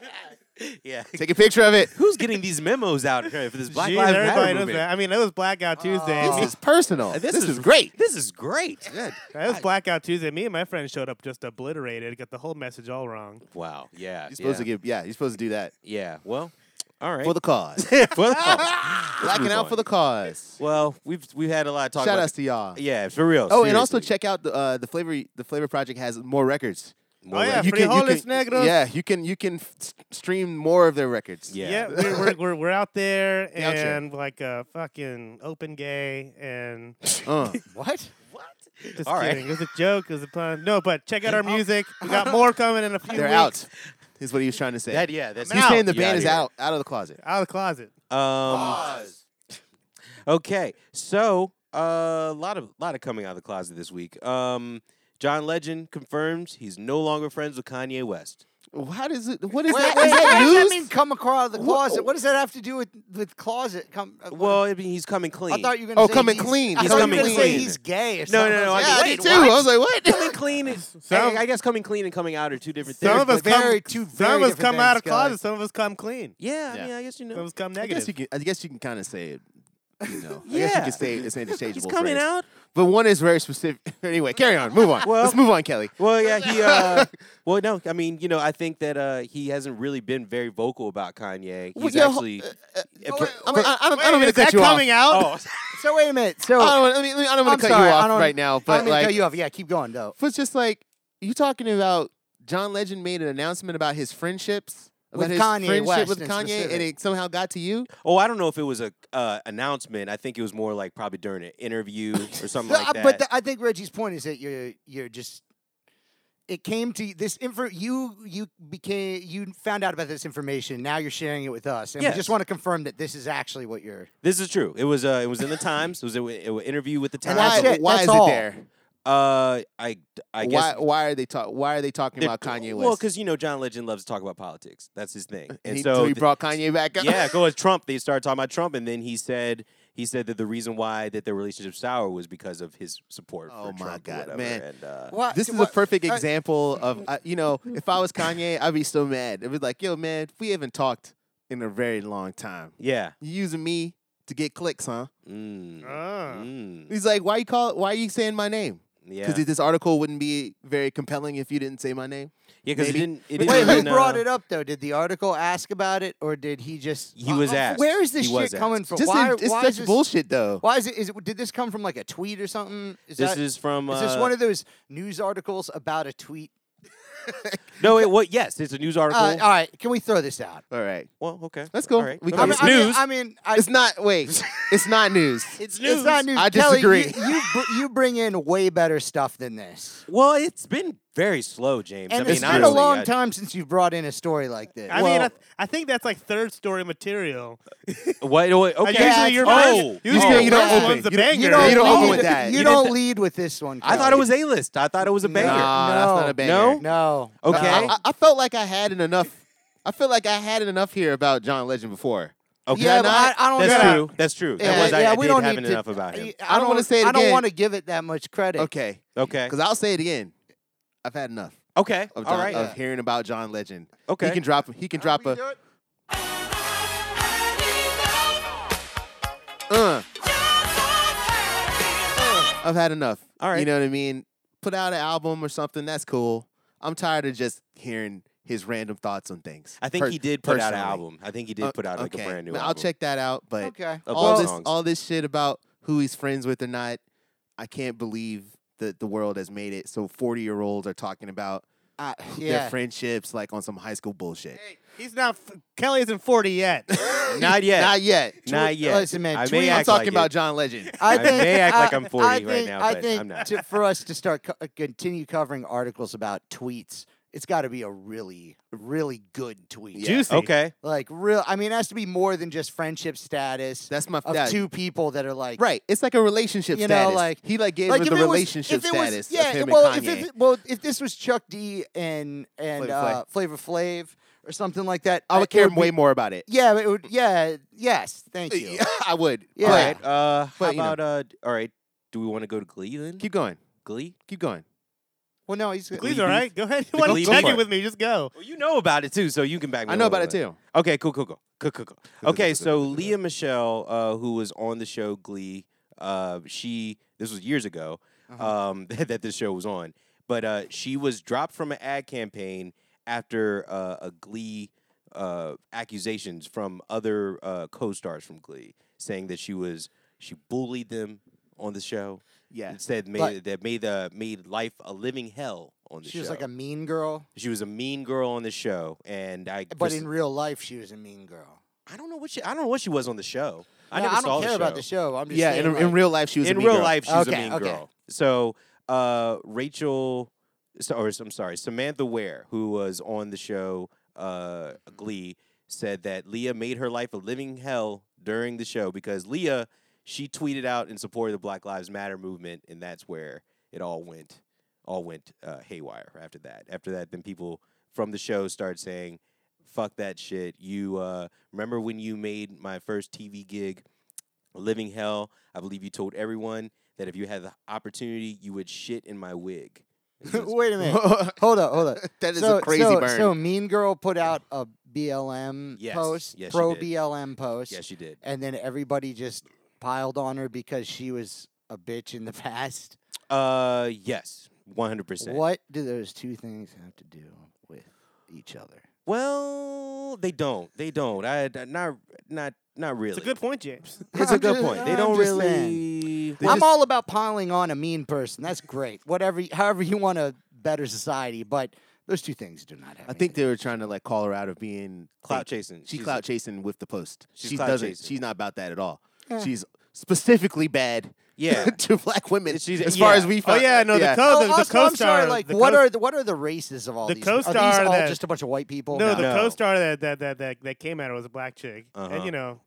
Speaker 1: yeah.
Speaker 2: Take a picture of it.
Speaker 1: Who's getting these memos out here for this Black
Speaker 3: Jeez,
Speaker 1: Lives Matter
Speaker 3: everybody knows
Speaker 1: movement?
Speaker 3: that. I mean, it was Blackout Tuesday.
Speaker 4: Oh.
Speaker 3: Me-
Speaker 2: This is personal.
Speaker 1: Uh,
Speaker 2: This, is great.
Speaker 1: This is great.
Speaker 3: That was Blackout Tuesday. Me and my friend showed up just obliterated, got the whole message all wrong.
Speaker 1: Wow. Yeah.
Speaker 2: You're supposed
Speaker 1: yeah.
Speaker 2: to give. Yeah, you're supposed to do that
Speaker 1: Yeah. Well. All right.
Speaker 2: for the cause.
Speaker 1: (laughs) For the cause.
Speaker 2: (laughs) Blacking
Speaker 1: move
Speaker 2: out
Speaker 1: on.
Speaker 2: for the cause.
Speaker 1: Well, we've we've had a lot of talk.
Speaker 2: Shout
Speaker 1: about
Speaker 2: outs to y'all.
Speaker 1: Yeah, for real.
Speaker 2: Oh, and also
Speaker 1: seriously.
Speaker 2: check out the uh, the flavor. The flavor project has more records.
Speaker 1: More
Speaker 3: Oh, yeah,
Speaker 1: like-
Speaker 2: you can, you
Speaker 3: Frijoles
Speaker 2: can,
Speaker 3: negros.
Speaker 2: Yeah, you can you can f- s- stream more of their records.
Speaker 1: Yeah.
Speaker 3: Yeah, we're, we're, we're, we're out there
Speaker 2: Yeah, out there.
Speaker 3: and like a fucking open gay and
Speaker 2: Uh,
Speaker 4: What?
Speaker 3: just
Speaker 1: All right.
Speaker 3: kidding. It was a joke. It was a pun. No, but check out our music. We got more coming in a few
Speaker 2: Oh. they're out.
Speaker 3: weeks.
Speaker 2: Is what he was trying to say.
Speaker 1: That yeah, that's
Speaker 2: He's saying the
Speaker 1: You
Speaker 2: band is
Speaker 1: here.
Speaker 2: out out of the closet.
Speaker 3: Out of the closet.
Speaker 1: Um, (laughs) okay, so a lot of lot of coming out of the closet this week. Um, John Legend confirms he's no longer friends with Kanye West.
Speaker 2: How does it? What is
Speaker 4: Wait,
Speaker 2: that?
Speaker 4: wait,
Speaker 2: Is
Speaker 4: what
Speaker 2: that
Speaker 4: does that
Speaker 2: news?
Speaker 4: mean? Come across the
Speaker 2: Wha-
Speaker 4: closet. What does that have to do with with closet? Come. uh,
Speaker 1: Well, I mean, he's coming clean.
Speaker 4: I thought you were
Speaker 2: Oh,
Speaker 4: gonna. say
Speaker 2: coming
Speaker 4: he's-
Speaker 2: clean.
Speaker 4: I
Speaker 1: He's
Speaker 4: thought
Speaker 1: coming
Speaker 4: you were gonna say
Speaker 1: clean.
Speaker 4: he's gay or
Speaker 1: No, no,
Speaker 4: something.
Speaker 1: no, I
Speaker 4: was
Speaker 1: mean,
Speaker 2: yeah,
Speaker 4: like,
Speaker 2: me
Speaker 1: wait,
Speaker 2: too.
Speaker 1: what?
Speaker 2: I was like, what?
Speaker 1: coming clean. Is,
Speaker 3: Some-
Speaker 1: I, I guess coming clean and coming out are two different
Speaker 3: Some
Speaker 1: things.
Speaker 3: of us
Speaker 4: They're
Speaker 3: come.
Speaker 4: very- two
Speaker 3: Some of
Speaker 4: very
Speaker 3: us come
Speaker 4: different
Speaker 3: out of
Speaker 4: things, Kelly.
Speaker 3: closet. Some of us come clean.
Speaker 1: yeah, I
Speaker 2: Yeah.
Speaker 1: mean, I guess you know.
Speaker 3: Some of us come
Speaker 2: I guess you
Speaker 3: negative.
Speaker 2: can. I guess you can kind of say it. You know. I guess you
Speaker 1: Yeah.
Speaker 2: can say it's interchangeable.
Speaker 1: He's coming
Speaker 2: phrase.
Speaker 1: out.
Speaker 2: But one is very specific. (laughs) anyway, carry on. Move on.
Speaker 1: Well-
Speaker 2: Let's move on, Kelly.
Speaker 1: Well, yeah, he.
Speaker 3: (laughs)
Speaker 1: Uh, well, no, I mean, you know, I think that uh, he hasn't really been very vocal about Kanye.
Speaker 2: Well,
Speaker 1: He's
Speaker 2: yo,
Speaker 1: actually.
Speaker 2: I'm,
Speaker 1: uh,
Speaker 2: oh, I,
Speaker 1: for-
Speaker 2: I'm- I, I don't, I don't mean to
Speaker 3: is that
Speaker 2: cut you off.
Speaker 3: coming out?
Speaker 1: oh,
Speaker 4: So wait a minute. So
Speaker 2: I don't, wanna- I mean, I don't
Speaker 4: Oh. I'm
Speaker 2: want to cut
Speaker 4: sorry,
Speaker 2: you
Speaker 4: I
Speaker 2: off
Speaker 4: don't-
Speaker 2: right now,
Speaker 4: I
Speaker 2: but
Speaker 4: didn't mean to
Speaker 2: like,
Speaker 4: cut you off. Yeah, keep going though.
Speaker 2: but it's just like you talking about John Legend made an announcement about his friendships about
Speaker 4: With
Speaker 2: his
Speaker 4: Kanye
Speaker 2: friendship
Speaker 4: West
Speaker 2: with
Speaker 4: in
Speaker 2: Kanye,
Speaker 4: specific.
Speaker 2: and it somehow got to you.
Speaker 1: oh, I don't know if it was a uh, announcement. I think it was more like probably during an interview
Speaker 2: (laughs)
Speaker 1: or something
Speaker 4: Uh,
Speaker 1: like that.
Speaker 4: But th- I think Reggie's point is that you're you're just. It came to this info. You you became you found out about this information. Now you're sharing it with us, and we
Speaker 1: Yes.
Speaker 4: just want to confirm that this is actually what you're.
Speaker 1: this is true. It was. Uh, it was in the Times. It was an interview with the Times.
Speaker 4: And
Speaker 2: why
Speaker 4: that's it.
Speaker 2: why
Speaker 4: That's
Speaker 2: is
Speaker 4: all.
Speaker 2: it there?
Speaker 1: Uh, I. I guess.
Speaker 2: why why are they talk why are they talking
Speaker 1: they're-
Speaker 2: about Kanye West? Uh,
Speaker 1: Well, because you know John Legend loves to talk about politics. That's his thing, and
Speaker 2: he,
Speaker 1: so
Speaker 2: he
Speaker 1: th-
Speaker 2: brought Kanye back up.
Speaker 1: yeah, go as Trump. They started talking about Trump, and then he said he said that the reason why that their relationship sour was because of his support.
Speaker 2: Oh
Speaker 1: for
Speaker 2: my
Speaker 1: Trump or
Speaker 2: God,
Speaker 1: whatever.
Speaker 2: man.
Speaker 1: And, uh,
Speaker 2: (laughs)
Speaker 4: What?
Speaker 2: This is a
Speaker 4: what-
Speaker 2: perfect
Speaker 4: uh,
Speaker 2: example of uh, you know, if I was Kanye, I'd be so mad. It'd be like, yo, man, we haven't talked in a very long time.
Speaker 1: yeah.
Speaker 2: You using me to get clicks, huh?
Speaker 1: Mm.
Speaker 3: Ah.
Speaker 1: Mm.
Speaker 2: He's like, why you call? Why are you saying my name?
Speaker 1: Yeah.
Speaker 2: Because
Speaker 1: Because
Speaker 2: this article wouldn't be very compelling if you didn't say my name.
Speaker 1: yeah, 'cause it
Speaker 2: maybe-
Speaker 1: didn't. It
Speaker 4: Wait,
Speaker 1: didn't
Speaker 4: who
Speaker 1: even,
Speaker 4: brought
Speaker 1: uh,
Speaker 4: it up though? Did the article ask about it, or did he just?
Speaker 1: He was
Speaker 4: Uh, uh,
Speaker 1: asked.
Speaker 4: Where is this
Speaker 1: He was
Speaker 4: shit coming
Speaker 1: asked.
Speaker 4: from?
Speaker 2: Just
Speaker 4: why?
Speaker 2: in, it's
Speaker 4: why
Speaker 2: such
Speaker 4: is this,
Speaker 2: bullshit, though.
Speaker 4: Why is it? Is it? Did this come from like a tweet or something? Is
Speaker 1: This
Speaker 4: that,
Speaker 1: is from.
Speaker 4: Is
Speaker 1: uh,
Speaker 4: this one of those news articles about a tweet?
Speaker 1: no, it was. Yes, it's a news article.
Speaker 4: Uh, all right, can we throw this out?
Speaker 2: All right,
Speaker 1: well, okay.
Speaker 2: let's go.
Speaker 1: All right.
Speaker 2: We
Speaker 1: I
Speaker 2: can-
Speaker 1: mean,
Speaker 2: it's
Speaker 1: I mean-
Speaker 4: I mean, I,
Speaker 2: it's not.
Speaker 1: (laughs)
Speaker 2: Wait, it's not news.
Speaker 1: It's news.
Speaker 4: It's not news.
Speaker 2: I
Speaker 4: Kelly, you-
Speaker 2: disagree.
Speaker 4: you, br- you bring in way better stuff than this.
Speaker 1: Well, it's been very slow, James.
Speaker 4: And
Speaker 1: I mean,
Speaker 4: it's been a
Speaker 1: honestly,
Speaker 4: long
Speaker 1: I-
Speaker 4: time since you've brought in a story like this.
Speaker 3: I mean, I, th- I think that's like third story material. Uh,
Speaker 1: What? what- Okay.
Speaker 3: usually you're
Speaker 1: oh,
Speaker 3: first- usually
Speaker 1: oh,
Speaker 2: you don't
Speaker 4: yeah.
Speaker 2: open.
Speaker 3: One's the
Speaker 2: you don't-
Speaker 3: banger.
Speaker 2: You don't,
Speaker 3: You don't
Speaker 2: open
Speaker 4: lead,
Speaker 2: with that.
Speaker 4: You
Speaker 2: You
Speaker 4: don't lead with this one.
Speaker 1: I thought
Speaker 4: Kelly.
Speaker 1: it was a list. I thought it was a banger.
Speaker 2: Nah, that's not
Speaker 4: No.
Speaker 2: a banger.
Speaker 1: No?
Speaker 4: No.
Speaker 1: Okay.
Speaker 2: I, I- I felt like I had it enough. I feel like I had it enough here about John Legend before.
Speaker 1: Okay.
Speaker 4: Yeah, but I, I don't
Speaker 1: That's
Speaker 4: know.
Speaker 1: true. That's true.
Speaker 4: Yeah,
Speaker 1: that was, I,
Speaker 4: yeah,
Speaker 1: I
Speaker 4: we
Speaker 1: did
Speaker 4: don't
Speaker 1: have
Speaker 4: need to-
Speaker 1: enough about him.
Speaker 4: I
Speaker 2: I don't wanna say it
Speaker 4: I don't
Speaker 2: again.
Speaker 4: want to give it that much credit.
Speaker 2: Okay,
Speaker 1: Okay.
Speaker 2: because I'll say it again. I've had enough
Speaker 1: Okay.
Speaker 2: of, John,
Speaker 1: All right.
Speaker 2: of hearing about John Legend.
Speaker 1: Okay.
Speaker 2: he can drop. He can drop a.
Speaker 5: Happy birthday
Speaker 2: uh, I've had enough.
Speaker 1: All right.
Speaker 2: You know what I mean? Put out an album or something. That's cool. I'm tired of just hearing his random thoughts on things.
Speaker 1: I think
Speaker 2: Per-
Speaker 1: he did put out an
Speaker 2: personally.
Speaker 1: album. I think he did
Speaker 2: Uh,
Speaker 1: put out like
Speaker 2: okay.
Speaker 1: a brand new.
Speaker 2: Well,
Speaker 1: album.
Speaker 2: I'll check that out. But
Speaker 4: Okay.
Speaker 1: Of
Speaker 2: all
Speaker 1: all
Speaker 2: this,
Speaker 1: songs.
Speaker 2: all this shit about who he's friends with or not, I can't believe that the world has made it so 40 year olds are talking about
Speaker 4: Uh,
Speaker 2: their
Speaker 4: yeah.
Speaker 2: friendships like on some high school bullshit.
Speaker 3: (laughs) He's not. f- Kelly isn't
Speaker 2: (laughs)
Speaker 3: forty yet.
Speaker 1: not yet.
Speaker 2: Not yet.
Speaker 1: Not yet.
Speaker 4: Listen, man,
Speaker 1: I
Speaker 4: tweet-
Speaker 1: may
Speaker 2: I'm
Speaker 1: act
Speaker 2: talking
Speaker 1: like
Speaker 2: about
Speaker 1: it. (laughs)
Speaker 2: John Legend.
Speaker 1: I may act like I'm 40
Speaker 4: I
Speaker 1: right
Speaker 4: think,
Speaker 1: now,
Speaker 4: I
Speaker 1: but
Speaker 4: think
Speaker 1: I'm not.
Speaker 4: To, for us to start co- uh, continue covering articles about tweets, it's got to be a really, really good tweet.
Speaker 3: Juicy.
Speaker 1: Okay.
Speaker 4: Like real. I mean, it has to be more than just friendship status
Speaker 2: That's my
Speaker 4: of
Speaker 2: that-
Speaker 4: two people that are like
Speaker 2: Right. It's like a relationship
Speaker 4: You know,
Speaker 2: status.
Speaker 4: like-
Speaker 2: he like gave her
Speaker 4: if
Speaker 2: the
Speaker 4: it was-
Speaker 2: relationship
Speaker 4: if it was-
Speaker 2: status
Speaker 4: yeah,
Speaker 2: of him
Speaker 4: well,
Speaker 2: and Kanye.
Speaker 4: If it, well, if this was Chuck D and and
Speaker 2: Flavor Flav.
Speaker 4: uh, Flavor Flav or something like that,
Speaker 2: I would care way
Speaker 4: more.
Speaker 2: more about it.
Speaker 4: Yeah, it would, yeah, yes. Thank you.
Speaker 2: (laughs) I would.
Speaker 4: Yeah.
Speaker 1: All
Speaker 2: But
Speaker 1: right. Uh,
Speaker 2: But,
Speaker 1: how
Speaker 2: you know.
Speaker 1: about uh? d- All right. Do we want to go to Glee then?
Speaker 2: keep going.
Speaker 1: Glee.
Speaker 2: Keep going.
Speaker 4: Well, no, he's
Speaker 3: Please, all right. Go ahead. You want to
Speaker 1: Glee
Speaker 3: check
Speaker 1: Boomer.
Speaker 3: it with me? Just go.
Speaker 1: Well, you know about it too, so you can back me.
Speaker 2: I
Speaker 1: up
Speaker 2: know
Speaker 1: a
Speaker 2: about it
Speaker 1: little bit.
Speaker 2: too.
Speaker 1: Okay. Cool. Cool. Cool. Cool. Cool. Cool. Okay. So Leah Michelle, uh, who was on the show Glee, uh, she this was years ago um, (laughs) that, that this show was on, but uh, she was dropped from an ad campaign after uh, a Glee uh, accusations from other uh, co-stars from Glee saying that she was she bullied them on the show.
Speaker 2: Yeah.
Speaker 1: Instead, made
Speaker 4: But-
Speaker 1: that made the made life a living hell on the
Speaker 4: She
Speaker 1: show.
Speaker 4: was like a mean girl,
Speaker 1: she was a mean girl on the show, and I.
Speaker 4: but
Speaker 1: Chris-
Speaker 4: in real life, she was a mean girl.
Speaker 1: I don't know what she. I don't know what she was on the show. I
Speaker 4: No,
Speaker 1: never
Speaker 4: I
Speaker 1: saw
Speaker 4: don't care
Speaker 1: the show.
Speaker 4: about the show. I'm just
Speaker 2: Yeah,
Speaker 4: saying,
Speaker 2: in, in
Speaker 4: like,
Speaker 2: real life she was
Speaker 1: in
Speaker 2: a mean
Speaker 1: real
Speaker 2: (laughs) girl.
Speaker 1: life, she was a
Speaker 4: Okay,
Speaker 1: mean
Speaker 4: okay.
Speaker 1: girl. So uh, Rachel, so, or I'm sorry, Samantha Ware, who was on the show uh, Glee, said that Leah made her life a living hell during the show because Leah she tweeted out in support of the Black Lives Matter movement, and that's where it all went all went uh, haywire after that. After that, then people from the show started saying, "Fuck that shit." You uh, remember when you made my first TV gig? a living hell. I believe you told everyone that if you had the opportunity, you would shit in my wig. And
Speaker 4: (laughs)
Speaker 1: he was-
Speaker 4: Wait
Speaker 2: (laughs)
Speaker 4: a minute. Hold up, hold up.
Speaker 2: that is
Speaker 4: so,
Speaker 2: a crazy
Speaker 4: so,
Speaker 2: burn.
Speaker 4: So Mean Girl put out a BLM
Speaker 1: Yes,
Speaker 4: post,
Speaker 1: yes, she
Speaker 4: pro
Speaker 1: did.
Speaker 4: BLM post,
Speaker 1: yes, you did.
Speaker 4: and then everybody just piled on her because she was a bitch in the (laughs) past.
Speaker 1: Uh, yes, one hundred percent.
Speaker 4: What do those two things have to do with each other?
Speaker 1: Well, they don't. They don't. I I- not not not really.
Speaker 3: It's a good point, James.
Speaker 1: It's a
Speaker 4: I'm
Speaker 1: good
Speaker 4: just-
Speaker 1: point. They
Speaker 4: I'm
Speaker 1: don't
Speaker 4: just
Speaker 1: really. they
Speaker 4: I'm
Speaker 1: just-
Speaker 4: all about piling on a mean person. That's great. Whatever, however you want to better society, but those two things do
Speaker 2: I
Speaker 4: not have.
Speaker 2: think
Speaker 4: anything-
Speaker 2: they were trying to like call her out of being
Speaker 1: clout
Speaker 2: like,
Speaker 1: chasing.
Speaker 2: She
Speaker 1: She's-
Speaker 2: clout chasing with the post.
Speaker 1: she's
Speaker 2: she
Speaker 1: clout
Speaker 2: doesn't.
Speaker 1: chasing.
Speaker 2: She's not about that at all.
Speaker 4: Yeah.
Speaker 2: She's specifically bad
Speaker 1: Yeah.
Speaker 2: (laughs) to black women.
Speaker 1: She's-
Speaker 2: as far
Speaker 1: yeah.
Speaker 2: as we
Speaker 3: Oh
Speaker 2: found.
Speaker 3: yeah, no, the co
Speaker 4: Oh,
Speaker 3: the, the
Speaker 4: also, I'm sorry.
Speaker 3: co-star.
Speaker 4: Like,
Speaker 3: the
Speaker 4: what
Speaker 3: co-
Speaker 4: are the what are the races of all
Speaker 3: the
Speaker 4: these? Are these
Speaker 3: co-star
Speaker 4: all
Speaker 3: that-
Speaker 4: just a bunch of white
Speaker 2: Oh,
Speaker 4: people?
Speaker 3: no, the
Speaker 1: No.
Speaker 3: co-star that that that that, that came at her was a black chick, and
Speaker 1: Uh-huh.
Speaker 3: you know,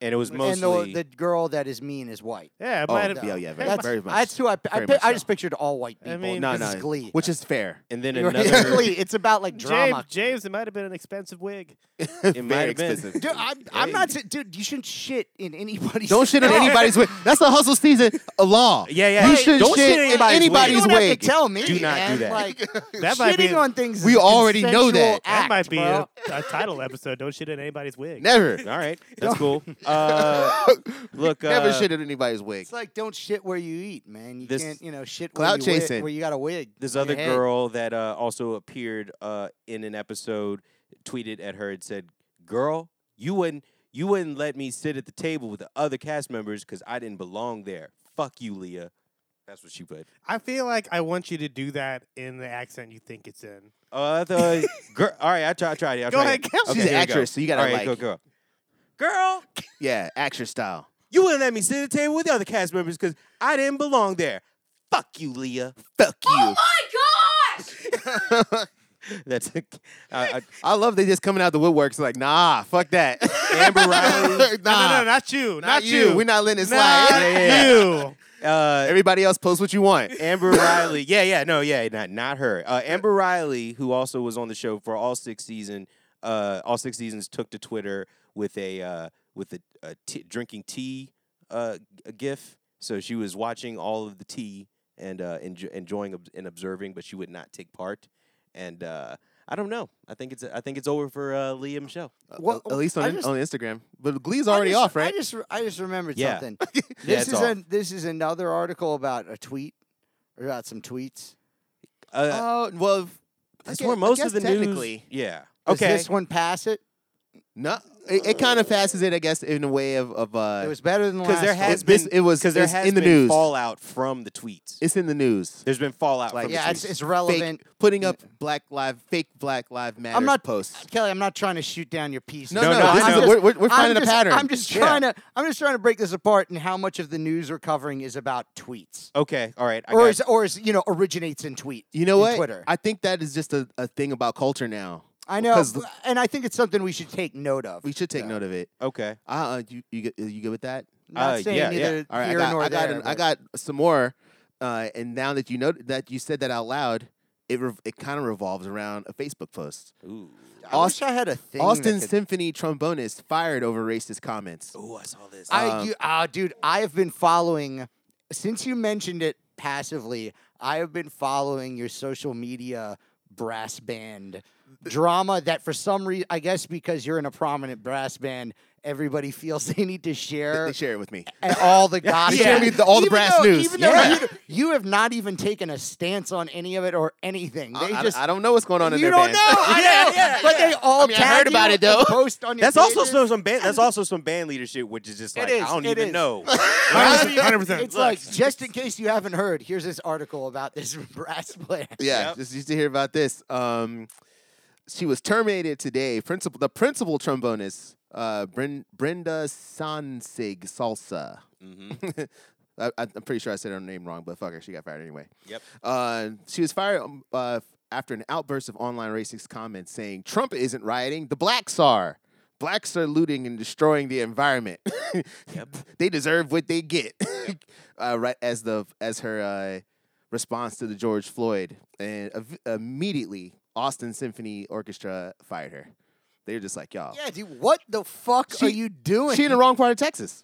Speaker 1: and it was
Speaker 4: and the,
Speaker 1: mostly.
Speaker 4: the girl that is mean is white.
Speaker 3: yeah, it
Speaker 2: Oh,
Speaker 3: might have.
Speaker 2: yeah, yeah, very,
Speaker 4: That's
Speaker 2: very much.
Speaker 4: That's who I. pi- I,
Speaker 2: Very
Speaker 4: pi-
Speaker 2: much
Speaker 4: I
Speaker 2: so.
Speaker 4: just pictured all white
Speaker 3: I
Speaker 4: people.
Speaker 3: mean,
Speaker 2: no,
Speaker 4: this is
Speaker 2: no,
Speaker 4: Glee.
Speaker 2: which is fair. (laughs)
Speaker 1: and then
Speaker 4: (laughs) You're right,
Speaker 1: another.
Speaker 4: Glee. It's about like drama.
Speaker 3: James, James, it might have been an expensive
Speaker 2: (laughs)
Speaker 3: wig.
Speaker 1: It might
Speaker 2: Very
Speaker 1: have been.
Speaker 2: expensive.
Speaker 4: Dude, I'm, I'm not. sa- Dude, you shouldn't shit in anybody's.
Speaker 2: Don't shit on
Speaker 4: No.
Speaker 2: anybody's wig. That's the hustle season. A law.
Speaker 1: Yeah, yeah.
Speaker 2: You
Speaker 1: Right.
Speaker 2: shouldn't
Speaker 1: Don't
Speaker 2: shit,
Speaker 1: shit
Speaker 2: in
Speaker 1: anybody's
Speaker 2: anybody's
Speaker 4: You
Speaker 1: wig.
Speaker 4: don't have to
Speaker 2: wig.
Speaker 4: tell me.
Speaker 1: Do not do
Speaker 4: man.
Speaker 1: that.
Speaker 4: (laughs) Like,
Speaker 3: That might be-
Speaker 4: shitting on things. is
Speaker 2: We
Speaker 4: a
Speaker 2: already know that.
Speaker 4: consensual
Speaker 3: That
Speaker 4: act,
Speaker 3: might be
Speaker 4: bro.
Speaker 3: a, a
Speaker 2: (laughs)
Speaker 3: title episode. Don't shit in anybody's
Speaker 1: (laughs)
Speaker 3: wig.
Speaker 2: Never.
Speaker 1: All
Speaker 2: (laughs)
Speaker 1: right, that's cool. Uh, look, uh,
Speaker 2: Never shit in anybody's wig.
Speaker 4: It's like don't shit where you eat, man. You
Speaker 1: This-
Speaker 4: can't, you know, shit
Speaker 2: Clout
Speaker 4: where, you wi-
Speaker 2: chasing.
Speaker 4: where you got a wig.
Speaker 1: this
Speaker 4: on
Speaker 1: other
Speaker 4: your head.
Speaker 1: girl that uh, also appeared uh, in an episode tweeted at her and said, "Girl, you wouldn't you wouldn't let me sit at the table with the other cast members because I didn't belong there. Fuck you, Leah." That's what she put.
Speaker 3: I feel like I want you to do that in the accent you think it's in.
Speaker 1: Uh,
Speaker 2: (laughs)
Speaker 1: the girl. All right, I tried. I tried it. I
Speaker 3: Go
Speaker 1: tried
Speaker 3: ahead,
Speaker 1: it.
Speaker 3: Kel.
Speaker 2: She's an
Speaker 1: here we go.
Speaker 2: actress, so you gotta,
Speaker 1: All right,
Speaker 2: like-
Speaker 1: go, girl. Girl,
Speaker 2: Yeah, actress style.
Speaker 1: you wouldn't let me sit at the table with the other cast members because I didn't belong there. Fuck you, Leah.
Speaker 2: Fuck you. (laughs)
Speaker 1: That's a, uh,
Speaker 2: I love they just coming out the woodworks like, nah, fuck
Speaker 4: (laughs)
Speaker 2: that. (laughs)
Speaker 1: Amber Riley.
Speaker 2: nah,
Speaker 3: No, no, no, not you, not,
Speaker 2: you. We're not letting it slide.
Speaker 3: Not (laughs) you.
Speaker 1: uh,
Speaker 2: Everybody else post what you
Speaker 1: (laughs)
Speaker 2: want.
Speaker 1: Amber Riley. Yeah, yeah, no, yeah, not not her. Uh, Amber Riley, who also was on the show for all six season, uh, all six seasons, took to Twitter with a uh, with a, a t- drinking tea uh, g- gif. So she was watching all of the tea and uh, enjo- enjoying ob- and observing, but she would not take part. And uh, I don't know. I think it's I think it's over for uh, Lee and Michelle.
Speaker 4: Well,
Speaker 2: at least
Speaker 4: I
Speaker 2: on,
Speaker 4: just-
Speaker 2: on Instagram. But Glee's
Speaker 4: I
Speaker 2: already
Speaker 4: just-
Speaker 2: off, right?
Speaker 4: I just re- I just remembered
Speaker 1: Yeah.
Speaker 2: (laughs)
Speaker 4: something. (laughs)
Speaker 1: Yeah,
Speaker 4: This
Speaker 1: it's
Speaker 4: is
Speaker 1: off.
Speaker 4: an this is another article about a tweet or about some tweets.
Speaker 1: Uh,
Speaker 2: Oh well, if- I
Speaker 1: that's
Speaker 2: gue-
Speaker 1: where
Speaker 2: I
Speaker 1: most
Speaker 2: guess
Speaker 1: of the news.
Speaker 2: technically-
Speaker 1: Yeah.
Speaker 4: Does
Speaker 1: Okay.
Speaker 4: this one pass it?
Speaker 2: No, it, it kind of passes it, I guess, in a way of of uh,
Speaker 4: It was better than the last
Speaker 1: Because there
Speaker 4: one.
Speaker 1: has
Speaker 2: It's been-
Speaker 1: been
Speaker 2: it was-
Speaker 1: because there
Speaker 2: it's
Speaker 1: has
Speaker 2: in the
Speaker 1: been
Speaker 2: news.
Speaker 1: fallout from the tweets.
Speaker 2: it's in the news.
Speaker 1: There's been fallout
Speaker 2: Like,
Speaker 1: from
Speaker 4: yeah,
Speaker 1: the
Speaker 4: it's,
Speaker 1: tweets.
Speaker 4: it's
Speaker 2: Fake-
Speaker 4: relevant.
Speaker 2: putting up black live fake black live matter.
Speaker 4: not- uh,
Speaker 2: posts.
Speaker 4: Kelly, I'm not trying to shoot down your piece.
Speaker 2: No,
Speaker 1: No,
Speaker 2: no,
Speaker 1: no,
Speaker 2: this
Speaker 1: I
Speaker 2: is-
Speaker 1: know.
Speaker 2: we're, we're, we're finding
Speaker 4: I'm just,
Speaker 2: a pattern.
Speaker 4: I'm just
Speaker 1: Yeah.
Speaker 4: trying to I'm just trying to break this apart and how much of the news we're covering is about
Speaker 2: Oh,
Speaker 4: tweets.
Speaker 1: okay. All right. I
Speaker 4: or
Speaker 1: got
Speaker 4: is or is you know originates in tweet.
Speaker 2: You know
Speaker 4: in
Speaker 2: what?
Speaker 4: Twitter.
Speaker 2: I think that is just a, a thing about culture now.
Speaker 4: I know,
Speaker 2: 'Cause
Speaker 4: but- and I think it's something we should take note of.
Speaker 2: we should take
Speaker 4: Yeah.
Speaker 2: note of it.
Speaker 1: okay.
Speaker 2: Uh, uh, you you good- you good with that?
Speaker 4: Not
Speaker 1: Uh,
Speaker 4: saying
Speaker 1: yeah, yeah.
Speaker 4: either
Speaker 2: All right,
Speaker 4: here
Speaker 2: I got
Speaker 4: nor
Speaker 2: I got,
Speaker 4: there.
Speaker 2: an- I
Speaker 4: but-
Speaker 2: got some more. Uh, and now that you know that you said that out loud, it rev it kind of revolves around a Facebook post.
Speaker 1: Ooh.
Speaker 4: I wish I had a thing. that
Speaker 2: Austin
Speaker 4: could-
Speaker 2: Symphony trombonist fired over racist comments.
Speaker 1: Ooh, I saw this.
Speaker 2: uh,
Speaker 4: I, you, ah, dude, I have been following since you mentioned it passively. I have been following your social media brass band drama that for some reason, I guess because you're in a prominent brass band, everybody (laughs) feels they need to
Speaker 2: They-
Speaker 4: share
Speaker 2: They share it with me.
Speaker 4: and
Speaker 2: (laughs)
Speaker 4: all the gossip.
Speaker 2: shared me the- all the
Speaker 4: Even
Speaker 2: brass
Speaker 4: though-
Speaker 2: news.
Speaker 4: Even though
Speaker 2: Yeah.
Speaker 4: you, you have not even taken a stance on any of it or anything. They
Speaker 2: I- I,
Speaker 4: just
Speaker 2: I don't know what's going on in
Speaker 4: you
Speaker 2: their band.
Speaker 4: don't know. I know, but they all
Speaker 2: I mean, I
Speaker 4: tag
Speaker 2: heard
Speaker 4: you
Speaker 2: about it,
Speaker 4: and
Speaker 2: though.
Speaker 4: Post on your
Speaker 1: that's also
Speaker 4: pages.
Speaker 1: some, some band.
Speaker 4: (laughs)
Speaker 1: That's also some band leadership, which is just
Speaker 4: It
Speaker 1: like
Speaker 4: is,
Speaker 1: I don't
Speaker 4: it
Speaker 1: even
Speaker 4: is. (laughs)
Speaker 1: know.
Speaker 3: Hundred
Speaker 2: (laughs)
Speaker 4: It's
Speaker 3: percent.
Speaker 4: like just in case you haven't heard, here's this article about this (laughs) brass player.
Speaker 2: (laughs) Yeah,
Speaker 1: Yep.
Speaker 2: just used to hear about this. Um, she was terminated today. Principal, the principal trombonist, uh, Bren, Brenda Sansig Salsa.
Speaker 1: hmm
Speaker 2: (laughs) I, I- I'm pretty sure I said her name wrong, but fuck her, she got fired anyway.
Speaker 1: Yep.
Speaker 2: Uh, she was fired um, uh, after an outburst of online racist comments saying Trump isn't rioting, the blacks are. Blacks are looting and destroying the environment. (laughs) they deserve what they get. (laughs) uh, right as the as her uh, response to the George Floyd, and ev- immediately Austin Symphony Orchestra fired her. They were just like, y'all,
Speaker 4: Yeah, dude, what the fuck
Speaker 2: Oh. She-
Speaker 4: are you doing?
Speaker 2: she in the wrong part of Texas.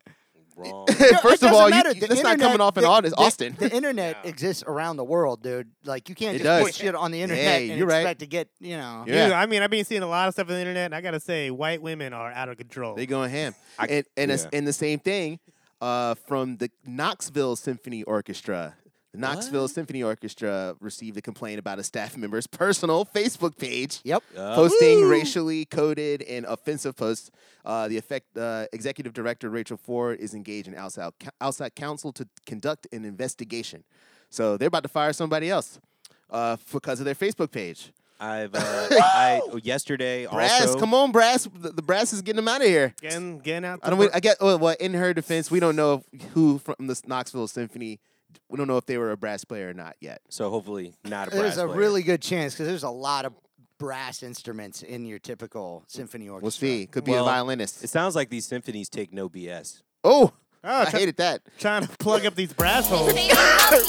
Speaker 1: Wrong.
Speaker 4: (laughs) No, it
Speaker 2: (laughs) First of
Speaker 4: doesn't
Speaker 2: all, you,
Speaker 4: matter.
Speaker 2: that's
Speaker 4: The
Speaker 2: not coming
Speaker 4: internet-
Speaker 2: off in
Speaker 4: the-
Speaker 2: August-
Speaker 4: the-
Speaker 2: Austin. (laughs)
Speaker 4: The internet exists around the world, dude. Like you can't
Speaker 2: It
Speaker 4: just
Speaker 2: does.
Speaker 4: put shit on the internet and
Speaker 2: you're right.
Speaker 4: expect to get, you know.
Speaker 2: Yeah.
Speaker 3: Dude, I mean, I've been seeing a lot of stuff on the internet, and I gotta say, white women are out of control.
Speaker 2: They going ham.
Speaker 1: I-
Speaker 2: and and, it's-
Speaker 1: yeah.
Speaker 2: and the same thing uh, from the Knoxville Symphony Orchestra. The Knoxville Symphony Orchestra received a complaint about a staff member's personal Facebook page
Speaker 4: Yep.
Speaker 1: Uh,
Speaker 2: posting racially coded and offensive posts. Uh, the effect, uh, executive director Rachel Ford is engaged in outside cou- outside counsel to conduct an investigation. So they're about to fire somebody else uh, because of their Facebook page.
Speaker 4: (laughs)
Speaker 1: I've uh, I, oh, yesterday
Speaker 2: Brass,
Speaker 1: also.
Speaker 2: come on, brass! The, the brass is getting them out of here.
Speaker 3: Getting, getting out.
Speaker 2: I
Speaker 3: the
Speaker 2: don't.
Speaker 3: fir-
Speaker 2: I guess. Well, well, in her defense, we don't know who from the Knoxville Symphony. We don't know if they were a brass player or not yet.
Speaker 1: so hopefully not a brass
Speaker 4: There's a
Speaker 1: player.
Speaker 4: really good chance because there's a lot of brass instruments in your typical symphony orchestra.
Speaker 2: We'll see. Could be
Speaker 1: Well,
Speaker 2: a violinist.
Speaker 1: It sounds like these symphonies take no BS.
Speaker 2: Oh,
Speaker 3: Oh,
Speaker 2: I
Speaker 3: try-
Speaker 2: hated that.
Speaker 3: trying to plug up
Speaker 2: (laughs)
Speaker 3: these brass holes.
Speaker 5: Baby Lovey,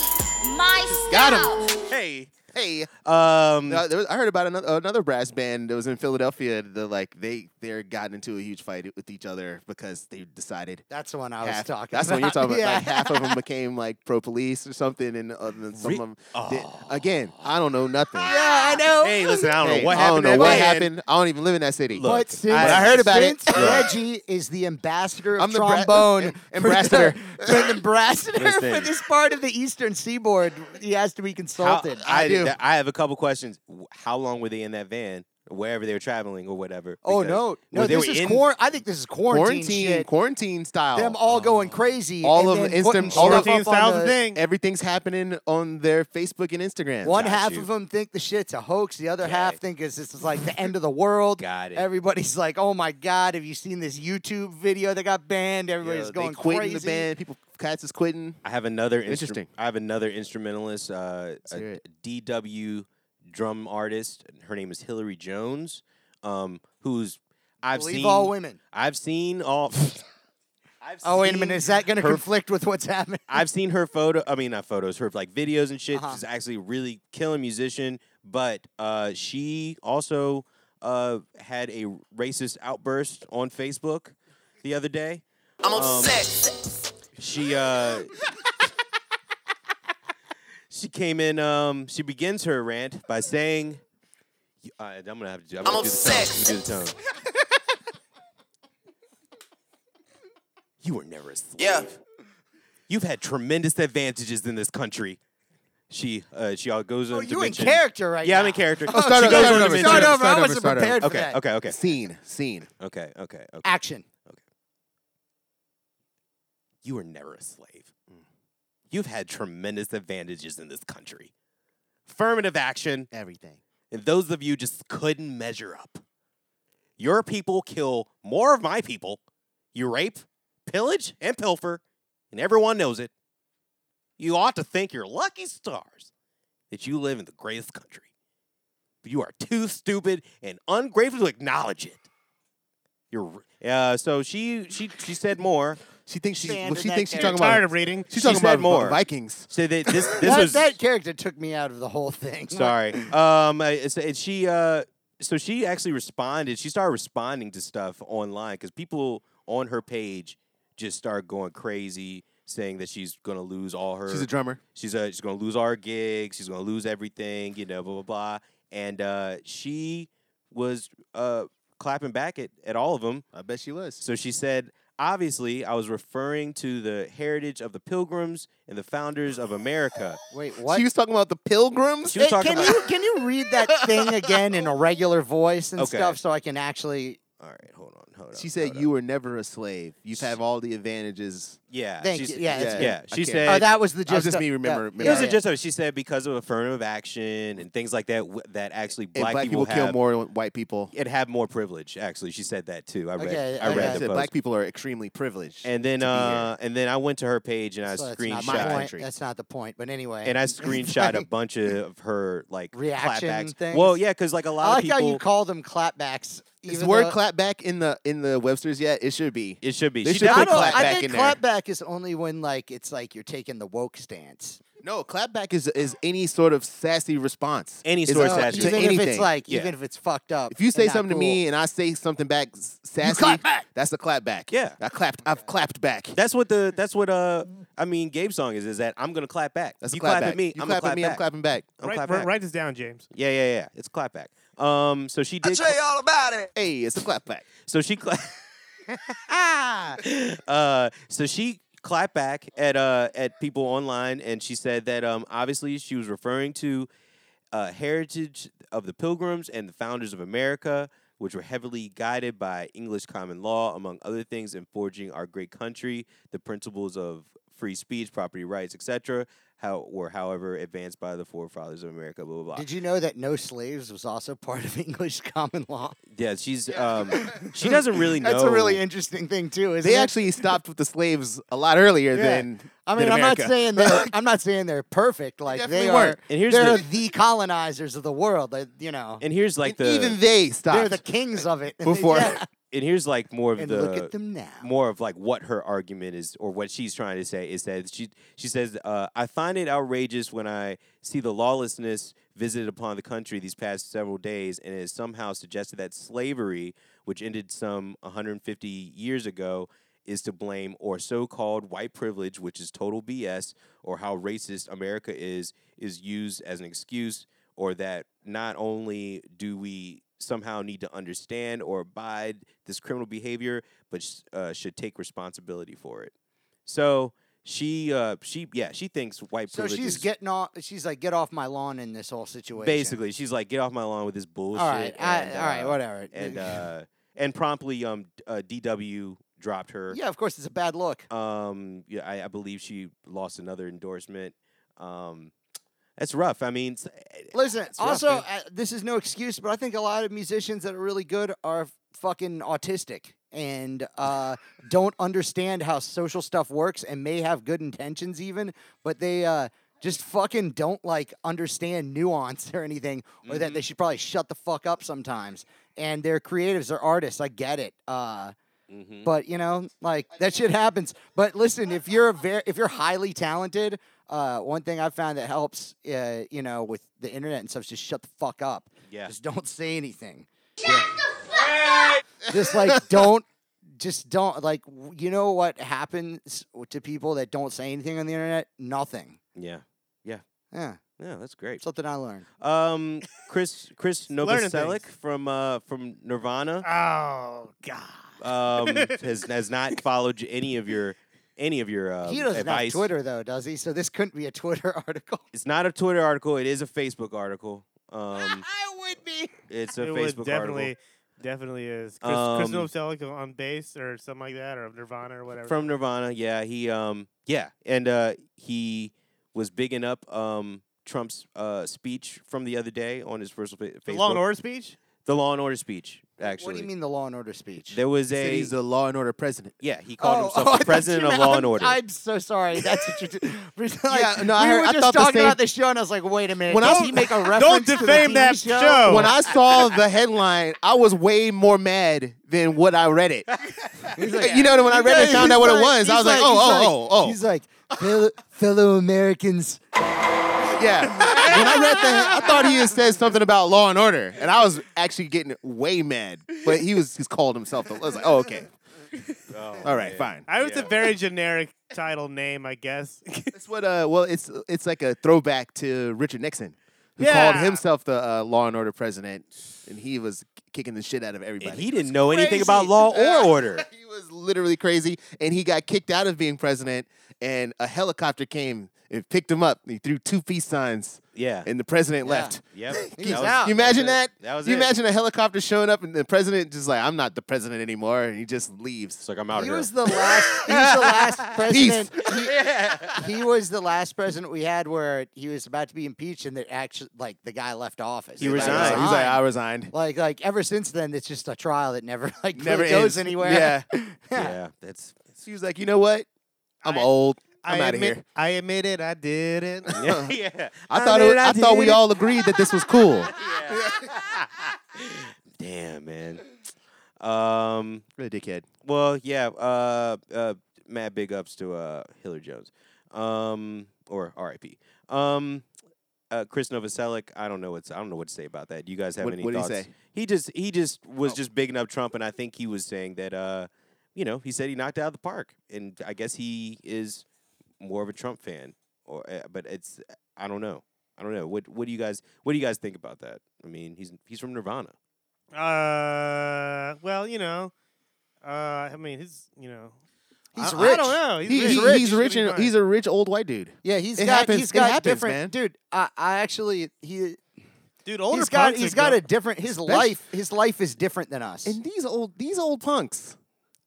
Speaker 5: my style.
Speaker 2: Got him.
Speaker 1: Hey.
Speaker 2: Hey,
Speaker 1: Um.
Speaker 2: uh, there was, I heard about another, another brass band that was in Philadelphia. The like they they gotten into a huge fight with each other because they decided.
Speaker 4: That's the one I was
Speaker 2: half-
Speaker 4: talking
Speaker 2: That's
Speaker 4: about.
Speaker 2: when you're talking about.
Speaker 4: (laughs) Yeah.
Speaker 2: Like half of them became like pro police or something, and uh, then some
Speaker 1: Re-
Speaker 2: of them. Did. Again, I don't know nothing.
Speaker 4: yeah, I know.
Speaker 1: Hey, listen. I don't
Speaker 2: Hey,
Speaker 1: know what
Speaker 2: I
Speaker 1: happened.
Speaker 2: don't know
Speaker 1: to
Speaker 2: what
Speaker 1: that band.
Speaker 2: happened. I don't even live in that city.
Speaker 1: Look,
Speaker 4: But since,
Speaker 1: I-
Speaker 2: I heard about it.
Speaker 4: since
Speaker 1: Yeah.
Speaker 4: Reggie is the ambassador of
Speaker 2: I'm the bra-
Speaker 4: trombone,
Speaker 2: am-
Speaker 4: for
Speaker 2: ambassador.
Speaker 4: the, (laughs) for the ambassador for
Speaker 1: Listen.
Speaker 4: this part of the Eastern Seaboard. He has to be
Speaker 1: How-
Speaker 4: consulted.
Speaker 1: I,
Speaker 2: do.
Speaker 1: th- I have a couple questions. W- How long were they in that van, wherever they were traveling or whatever?
Speaker 4: oh
Speaker 1: Because-
Speaker 4: no,
Speaker 1: well,
Speaker 4: no,
Speaker 1: they
Speaker 4: this
Speaker 1: were
Speaker 4: is
Speaker 1: in-
Speaker 4: quar- I think this is quarantine,
Speaker 2: quarantine,
Speaker 4: shit.
Speaker 2: quarantine style.
Speaker 4: Them all going crazy.
Speaker 2: All
Speaker 4: and
Speaker 2: of
Speaker 4: then
Speaker 2: them
Speaker 4: putting
Speaker 2: instant- all of-
Speaker 4: stuff up on
Speaker 3: 14,000
Speaker 4: the-
Speaker 3: thing.
Speaker 2: Everything's happening on their Facebook and Instagram.
Speaker 4: One
Speaker 1: Got
Speaker 4: half
Speaker 1: you.
Speaker 4: of them think the shit's a hoax. The other half
Speaker 1: Okay.
Speaker 4: think it's this is like the end of the world.
Speaker 1: Got it.
Speaker 4: Everybody's like, "Oh my god, have you seen this YouTube video that got banned?" Everybody's
Speaker 2: Yo,
Speaker 4: going
Speaker 2: they quitting
Speaker 4: crazy.
Speaker 2: the band. People, cats is quitting.
Speaker 1: I have another instru-
Speaker 2: Interesting.
Speaker 1: I have another instrumentalist, uh,
Speaker 2: hear
Speaker 1: a
Speaker 2: it.
Speaker 1: DW drum artist. Her name is Hillary Jones, um, who's I've
Speaker 4: Believe
Speaker 1: seen
Speaker 4: all women.
Speaker 1: I've seen all. I've
Speaker 4: Oh wait a minute,
Speaker 1: seen-
Speaker 4: is that going to
Speaker 1: her-
Speaker 4: conflict with what's happening?
Speaker 1: I've seen her photo. I mean, not photos. Her like videos and shit.
Speaker 4: Uh-huh.
Speaker 1: She's actually a really killing musician, but uh, she also uh, had a racist outburst on Facebook the other day. I'm obsessed. She uh, she came in. Um, she begins her rant by saying, You- all right, I'm gonna have to do. I'm,
Speaker 10: I'm
Speaker 1: gonna do the tongue.
Speaker 10: obsessed.
Speaker 1: You do the tongue. you were never a slave.
Speaker 10: Yeah.
Speaker 1: You've had tremendous advantages in this country. She uh, she all goes on.
Speaker 4: Oh,
Speaker 1: to
Speaker 4: you in
Speaker 1: mention-
Speaker 4: character right
Speaker 1: Yeah,
Speaker 4: now.
Speaker 1: I'm in character.
Speaker 2: Oh, start
Speaker 1: she
Speaker 2: over,
Speaker 1: goes
Speaker 2: start
Speaker 1: on to
Speaker 2: over,
Speaker 1: mention-
Speaker 4: Start over. I
Speaker 2: Start over,
Speaker 4: wasn't
Speaker 2: start over.
Speaker 4: prepared for
Speaker 1: Okay,
Speaker 4: that.
Speaker 1: okay, okay,
Speaker 2: Scene, scene.
Speaker 1: okay, okay, okay.
Speaker 4: Action.
Speaker 1: you were never a slave. You've had tremendous advantages in this country. Affirmative action,
Speaker 4: Everything.
Speaker 1: and those of you just couldn't measure up. Your people kill more of my people. You rape, pillage, and pilfer, and everyone knows it. You ought to thank your lucky stars that you live in the greatest country. But you are too stupid and ungrateful to acknowledge it. You're uh, so she she she said more.
Speaker 2: She thinks she's.
Speaker 4: Stand
Speaker 2: Well,
Speaker 4: in
Speaker 2: she
Speaker 4: that
Speaker 2: thinks she's
Speaker 4: character.
Speaker 2: talking
Speaker 3: Tired
Speaker 2: about.
Speaker 3: of reading.
Speaker 2: She's
Speaker 1: She
Speaker 2: talking
Speaker 1: said
Speaker 2: about
Speaker 1: more.
Speaker 2: Vikings.
Speaker 1: So that this this
Speaker 4: That,
Speaker 1: was
Speaker 4: that character took me out of the whole thing.
Speaker 1: sorry. Um, uh, it's- it's she uh, so she actually responded. She started responding to stuff online because people on her page just started going crazy, saying that she's gonna lose all her.
Speaker 2: She's a drummer.
Speaker 1: She's uh, she's gonna lose all her gigs. She's gonna lose everything. You know, blah blah blah. And uh, she was uh clapping back at at all of them.
Speaker 2: I bet she was.
Speaker 1: So she said, obviously, I was referring to the heritage of the pilgrims and the founders of
Speaker 2: (laughs)
Speaker 1: America.
Speaker 4: Wait, what?
Speaker 2: She was talking about the pilgrims.
Speaker 1: She was
Speaker 4: Hey,
Speaker 1: talking
Speaker 4: can
Speaker 1: about.
Speaker 4: you can you read that thing again in a regular voice and
Speaker 1: Okay.
Speaker 4: stuff so I can actually?
Speaker 1: All right, hold on, hold on.
Speaker 2: She said,
Speaker 1: hold
Speaker 2: "You
Speaker 1: up.
Speaker 2: were never a slave. You've had all the advantages."
Speaker 1: Yeah.
Speaker 4: Thank
Speaker 1: she's-
Speaker 4: you. Yeah, it's
Speaker 1: yeah.
Speaker 4: good.
Speaker 2: I
Speaker 1: She
Speaker 2: can't-
Speaker 1: said.
Speaker 4: Oh, that was the
Speaker 2: That was
Speaker 4: gist.
Speaker 2: just
Speaker 4: of-
Speaker 2: me
Speaker 4: yeah.
Speaker 2: remember-
Speaker 1: it was
Speaker 2: remember.
Speaker 1: a just. She said because of affirmative action and things like that, w- that actually
Speaker 2: And
Speaker 1: black,
Speaker 2: black people, kill
Speaker 1: have-
Speaker 2: more white people.
Speaker 1: It had more privilege. Actually, she said that too. I read.
Speaker 4: Okay,
Speaker 1: I
Speaker 4: okay.
Speaker 1: read
Speaker 2: She
Speaker 1: the
Speaker 2: said
Speaker 1: post.
Speaker 2: black people are extremely privileged.
Speaker 1: and then,
Speaker 2: to be
Speaker 1: uh, and then I went to her page and I
Speaker 4: So that's not the
Speaker 2: my
Speaker 1: screenshot.
Speaker 4: point. That's not the point. But
Speaker 1: (laughs)
Speaker 4: anyway,
Speaker 2: (laughs)
Speaker 1: And I screenshot a bunch of her like
Speaker 4: Reaction
Speaker 1: clapbacks.
Speaker 4: things?
Speaker 1: Well, yeah, because like a lot
Speaker 4: I like
Speaker 1: of people,
Speaker 4: how you call them clapbacks.
Speaker 2: Is
Speaker 4: even
Speaker 2: word
Speaker 4: though-
Speaker 2: clapback in the in the Webster's yet? It should be.
Speaker 1: it should be.
Speaker 2: They
Speaker 1: She
Speaker 2: should put
Speaker 1: definitely
Speaker 2: clap
Speaker 4: I
Speaker 2: back
Speaker 4: think
Speaker 2: in there.
Speaker 4: clapback is only when like it's like you're taking the woke stance.
Speaker 2: No, clapback is is any sort of sassy response.
Speaker 1: Any
Speaker 2: It's
Speaker 1: sort of
Speaker 2: a-
Speaker 4: Oh,
Speaker 1: sassy-
Speaker 2: to
Speaker 4: even
Speaker 2: anything.
Speaker 4: if it's like,
Speaker 1: Yeah.
Speaker 4: even if it's fucked up.
Speaker 2: if you say
Speaker 4: and not
Speaker 2: something to
Speaker 4: cool.
Speaker 2: me and I say something back s- sassy,
Speaker 4: clap back.
Speaker 2: that's a clapback.
Speaker 1: Yeah.
Speaker 2: I clapped. I've clapped back.
Speaker 1: That's what the that's what uh I mean Gabe's song is is that I'm gonna clap back.
Speaker 2: That's
Speaker 1: you
Speaker 2: a clap,
Speaker 1: clap,
Speaker 2: back.
Speaker 1: at me,
Speaker 2: You
Speaker 1: I'm
Speaker 2: clap
Speaker 1: gonna
Speaker 2: at me.
Speaker 1: clap
Speaker 2: I'm
Speaker 1: back.
Speaker 2: clapping back.
Speaker 1: I'm
Speaker 3: Write,
Speaker 1: clap
Speaker 3: write,
Speaker 1: back.
Speaker 3: write this down, James.
Speaker 1: Yeah, yeah, yeah. It's clap back. Um, so she
Speaker 10: I
Speaker 1: did.
Speaker 10: tell you all about it.
Speaker 2: Hey, it's a clapback.
Speaker 1: so she
Speaker 4: (laughs)
Speaker 1: clap. (laughs) uh, so she clapped back at uh at people online, and she said that um obviously she was referring to uh, heritage of the Pilgrims and the founders of America, which were heavily guided by English common law, among other things, in forging our great country. The principles of free speech, property rights, etc., how were however advanced by the forefathers of America. Blah blah blah.
Speaker 4: Did you know that no slaves was also (laughs) part of English common law?
Speaker 1: Yeah, she's um,
Speaker 4: (laughs)
Speaker 1: she doesn't really know.
Speaker 4: That's a really interesting thing too. Isn't
Speaker 2: They
Speaker 4: it?
Speaker 2: actually stopped with the slaves a lot earlier
Speaker 4: Yeah.
Speaker 2: than.
Speaker 4: I mean,
Speaker 2: than
Speaker 4: I'm not
Speaker 2: America.
Speaker 4: saying
Speaker 1: (laughs)
Speaker 4: they're I'm not saying they're perfect. Like
Speaker 2: definitely
Speaker 4: they are.
Speaker 2: weren't.
Speaker 1: And here's
Speaker 4: they're
Speaker 1: the-
Speaker 4: the, colonizers of the world. Like, you know,
Speaker 1: and here's like
Speaker 2: And
Speaker 1: the
Speaker 2: even they
Speaker 4: they're
Speaker 2: stopped
Speaker 4: the kings of it. (laughs) and they-
Speaker 2: before.
Speaker 4: yeah.
Speaker 1: (laughs) and here's like more of
Speaker 4: and
Speaker 1: the
Speaker 4: look at them now.
Speaker 1: more of like what her argument is or what she's trying to say is that she she says uh, I find it outrageous when I see the lawlessness visited upon the country these past several days and it is somehow suggested that slavery which ended some 150 years ago is to blame or so-called white privilege which is total BS or how racist America is is used as an excuse or that not only do we somehow need to understand or abide this criminal behavior, but sh- uh, should take responsibility for it. So she, uh, she, yeah, she thinks white
Speaker 4: So
Speaker 1: privilege.
Speaker 4: she's
Speaker 1: is-
Speaker 4: getting off. She's like, get off my lawn in this whole situation.
Speaker 1: basically she's like, get off my lawn with this bullshit.
Speaker 4: all right, I,
Speaker 1: and,
Speaker 4: all right,
Speaker 1: uh,
Speaker 4: whatever.
Speaker 1: And uh, and promptly, um, d- uh, DW dropped her.
Speaker 4: yeah, of course, it's a bad look.
Speaker 1: Um, yeah, I, I believe she lost another endorsement. Um, that's rough. I mean, s-
Speaker 4: Listen,
Speaker 1: rough,
Speaker 4: also,
Speaker 1: man.
Speaker 4: uh, this is no excuse, but I think a lot of musicians that are really good are fucking autistic and uh, don't understand how social stuff works and may have good intentions even, but they uh, just fucking don't like understand nuance (laughs) or anything, or that they should probably shut the fuck up sometimes. And they're creatives, they're artists. I get it. Uh,
Speaker 1: Mm-hmm.
Speaker 4: but you know, like that shit happens. But listen, if you're a very, if you're highly talented, uh, one thing I found that helps, uh, you know, with the internet and stuff, is just shut the fuck up.
Speaker 1: Yeah.
Speaker 4: Just don't say anything. Shut the fuck up. Just like (laughs) don't, just don't like. w- You know what happens to people that don't say anything on the internet? Nothing.
Speaker 1: yeah,
Speaker 4: Yeah.
Speaker 1: Yeah, that's great.
Speaker 4: Something I learned.
Speaker 1: Um, Chris Chris
Speaker 3: (laughs) learning
Speaker 1: Novoselic
Speaker 3: things.
Speaker 1: from uh, from Nirvana
Speaker 3: Oh God.
Speaker 1: um,
Speaker 3: (laughs)
Speaker 1: has has not followed j- any of your any of your uh,
Speaker 4: he doesn't
Speaker 1: advice.
Speaker 4: have Twitter though, does he? So this couldn't be a Twitter (laughs) article.
Speaker 1: It's not a Twitter article. It is a Facebook article. Um,
Speaker 4: (laughs) I would be.
Speaker 1: it's a
Speaker 3: it was
Speaker 1: Facebook
Speaker 3: definitely,
Speaker 1: article
Speaker 3: definitely is. Chris, Chris
Speaker 1: Um,
Speaker 3: Novoselic on- on bass or something like that, or Nirvana or whatever.
Speaker 1: from Nirvana. Yeah, he um yeah, and uh, he was bigging up um Trump's uh, speech from the other day on his first fa- Facebook.
Speaker 3: the Law and Order speech.
Speaker 1: The Law and Order speech. Actually,
Speaker 4: What do you mean the Law and Order speech?
Speaker 1: There was
Speaker 2: Said
Speaker 1: a
Speaker 2: he's a law and order president.
Speaker 1: yeah. He
Speaker 4: Oh,
Speaker 1: called
Speaker 4: (laughs)
Speaker 1: himself the president of Law and Order.
Speaker 4: I'm so sorry. That's what you (laughs) did.
Speaker 2: Yeah, no, I
Speaker 4: we
Speaker 2: heard-
Speaker 4: were
Speaker 2: I
Speaker 4: just
Speaker 2: thought the
Speaker 4: talking
Speaker 2: same-
Speaker 4: about the show, and I was like, wait a minute.
Speaker 2: When I
Speaker 4: does
Speaker 2: was- (laughs)
Speaker 4: he make a reference to the
Speaker 3: defame
Speaker 4: TV
Speaker 3: that
Speaker 4: show?
Speaker 3: show.
Speaker 2: When I saw the headline, I was way more mad than what I read
Speaker 4: (laughs)
Speaker 2: it. you know, when I read it, and found out what it was. I was like, oh, oh, oh, oh.
Speaker 4: He's like, fellow, fellow Americans.
Speaker 2: Yeah. when I read that, I thought he had said something about law and order, and I was actually getting way mad. But he was he's called himself. I was like, oh, okay, all right, fine.
Speaker 3: I was a very generic title name, I guess.
Speaker 2: That's what. Uh, well, it's it's like a throwback to Richard Nixon, who called
Speaker 3: Yeah.
Speaker 2: himself the uh, law and order president, and he was kicking the shit out of everybody.
Speaker 1: And he
Speaker 2: (laughs)
Speaker 1: didn't know anything about law or order.
Speaker 2: he was literally crazy, and he got kicked out of being president. And a helicopter came and picked him up. He threw two peace signs,
Speaker 1: Yeah.
Speaker 2: and the president
Speaker 4: Yeah.
Speaker 2: left. (laughs)
Speaker 1: Yep.
Speaker 4: He's
Speaker 1: That was-
Speaker 4: out.
Speaker 2: You imagine
Speaker 1: That was
Speaker 2: that?
Speaker 1: it. That was
Speaker 2: you
Speaker 1: it.
Speaker 2: imagine a helicopter showing up and the president just like, I'm not the president anymore, and he just
Speaker 1: It's
Speaker 2: leaves.
Speaker 1: like I'm out of
Speaker 4: He
Speaker 1: here.
Speaker 4: was the last. He was the
Speaker 2: (laughs)
Speaker 4: last president. He, he was the last president we had where he was about to be impeached, and that actually, like, the guy left office.
Speaker 1: He "Ah."
Speaker 4: Like,
Speaker 2: He's
Speaker 1: resigned.
Speaker 2: like, he's like, I resigned.
Speaker 4: Like, like ever since then, it's just a trial that never, (laughs) like, really
Speaker 2: Never ends.
Speaker 4: goes anywhere.
Speaker 2: Yeah. (laughs)
Speaker 1: yeah. That's
Speaker 2: He was like, you know what? I'm
Speaker 3: I-
Speaker 2: old.
Speaker 3: I
Speaker 2: I'm out of
Speaker 3: admit-
Speaker 2: here.
Speaker 3: I admit it. I didn't.
Speaker 1: yeah. (laughs) yeah.
Speaker 2: I thought it,
Speaker 1: mean,
Speaker 2: I, thought we
Speaker 1: did.
Speaker 2: all agreed that this was (laughs) cool.
Speaker 1: Damn, man. Um.
Speaker 2: Really dickhead.
Speaker 1: Well, yeah. Uh. Uh. Mad big ups to uh Hillary Jones. Um. Or R.I.P. Um. Uh, Chris Novoselic, I don't know what's I don't know what to say about that. Do you guys have
Speaker 2: What-
Speaker 1: any
Speaker 2: what did he
Speaker 1: thoughts?
Speaker 2: say?
Speaker 1: He just he just was just bigging up Trump, and I think he was saying that uh, you know, he said he knocked it out of the park, and I guess he is more of a Trump fan, or uh, but it's I don't know, I don't know. What what do you guys what do you guys think about that? I mean, he's he's from Nirvana.
Speaker 3: Uh, well, you know, uh, I mean, his, you know,
Speaker 4: He's
Speaker 3: I,
Speaker 4: rich.
Speaker 3: I don't know. He's,
Speaker 2: He-
Speaker 3: rich.
Speaker 2: he-
Speaker 3: He
Speaker 2: He's
Speaker 3: should
Speaker 2: rich
Speaker 3: be
Speaker 2: and
Speaker 3: fine.
Speaker 2: he's a rich old white dude.
Speaker 4: Yeah, he's
Speaker 2: It
Speaker 4: got
Speaker 2: happens-
Speaker 4: he's
Speaker 2: it
Speaker 4: got
Speaker 2: happens,
Speaker 4: different
Speaker 2: man.
Speaker 4: dude. I, I actually he
Speaker 3: dude. Older
Speaker 4: he's got
Speaker 3: punks
Speaker 4: he's
Speaker 3: are
Speaker 4: got
Speaker 3: go-
Speaker 4: a different his
Speaker 2: Especially-
Speaker 4: life his life is different than us.
Speaker 2: And these old these old punks,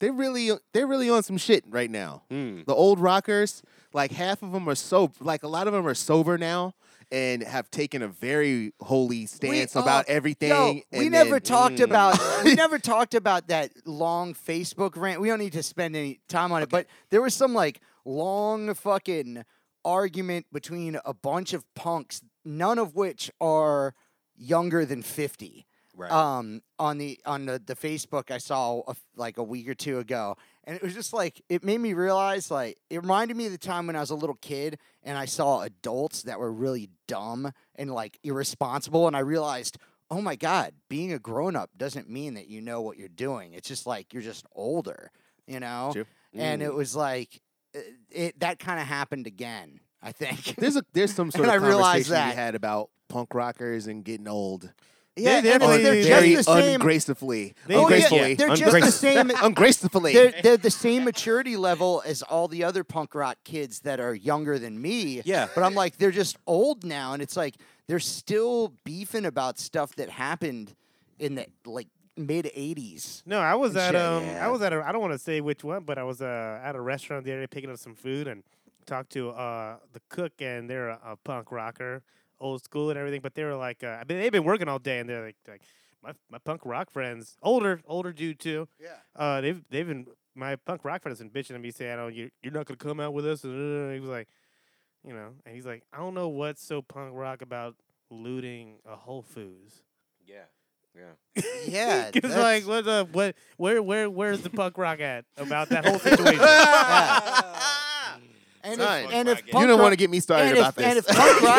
Speaker 2: they really they're really on some shit right now.
Speaker 1: Hmm.
Speaker 2: The old rockers, like half of them are sober. Like a lot of them are sober now and have taken a very holy stance
Speaker 4: oh,
Speaker 2: about everything.
Speaker 4: Yo,
Speaker 2: and
Speaker 4: we
Speaker 2: then- hmm. mm.
Speaker 4: never talked about we never talked about that long Facebook rant. We don't need to spend any time on it, but there was some like long fucking argument between a bunch of punks, none of which are younger than fifty.
Speaker 1: Right.
Speaker 4: Um, on the on the, the Facebook I saw a f like a week or two ago, and it was just like it made me realize like it reminded me of the time when I was a little kid and I saw adults that were really dumb and like irresponsible, and I realized oh my god being a grown-up doesn't mean that you know what you're doing it's just like you're just older you know
Speaker 2: True. Mm.
Speaker 4: and it was like uh, it that kind of happened again i think
Speaker 2: (laughs) there's a there's (laughs) some sort
Speaker 4: And
Speaker 2: of
Speaker 4: I realized
Speaker 2: conversation
Speaker 4: that.
Speaker 2: we had about punk rockers and getting old.
Speaker 4: (laughs) yeah
Speaker 3: they're
Speaker 4: and it's-
Speaker 3: like-
Speaker 4: they're
Speaker 2: very
Speaker 4: just the same
Speaker 2: ungracefully.
Speaker 3: They-
Speaker 4: Oh, yeah,
Speaker 2: ungracefully.
Speaker 4: they're just the
Speaker 2: (laughs)
Speaker 4: same
Speaker 2: ungracefully.
Speaker 4: they're, they're the same maturity level as all the other punk rock kids that are younger than me
Speaker 1: Yeah.
Speaker 4: but i'm like they're just old now and it's like they're still beefing about stuff that happened in the like mid 80s
Speaker 3: No, I was at
Speaker 4: shit,
Speaker 3: um,
Speaker 1: yeah.
Speaker 3: I was at a, I don't want to say which one, but I was uh, at a restaurant the other day picking up some food and talked to uh the cook and they're a, a punk rocker, old school and everything. But they were like, uh, I mean, they've been working all day and they're like, like my my punk rock friends, older older dude too. Yeah. Uh, they've they've been my punk rock friends been bitching at me saying, oh, you you're not gonna come out with us. And uh, he was like, you know, and he's like, I don't know what's so punk rock about looting a Whole Foods.
Speaker 1: yeah. Yeah.
Speaker 4: yeah
Speaker 3: It's
Speaker 4: that's-
Speaker 3: (laughs) like what the what where where where's the punk rock at about that (laughs) whole situation?
Speaker 4: and,
Speaker 2: Son.
Speaker 4: if, and if
Speaker 2: you
Speaker 4: punk
Speaker 2: don't
Speaker 4: rock-
Speaker 2: want to get me started
Speaker 4: and
Speaker 2: about
Speaker 4: if, and
Speaker 2: this. (laughs)
Speaker 4: if punk rock,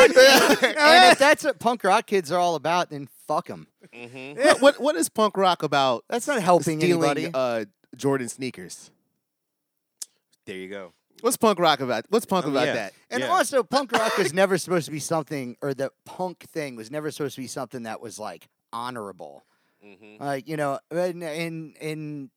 Speaker 4: and if that's what punk rock kids are all about, then fuck them.
Speaker 1: Mm-hmm.
Speaker 2: what, what what is punk rock about?
Speaker 4: That's not helping
Speaker 2: stealing
Speaker 4: anybody.
Speaker 2: uh, Jordan sneakers.
Speaker 1: There you go.
Speaker 2: What's punk rock about? What's punk
Speaker 1: Oh,
Speaker 2: about
Speaker 1: yeah.
Speaker 2: that?
Speaker 4: And
Speaker 1: Yeah.
Speaker 4: also, punk rock was never supposed to be something, or the punk thing was never supposed to be something that was like honorable.
Speaker 1: Mm-hmm.
Speaker 4: Like you know, in, in in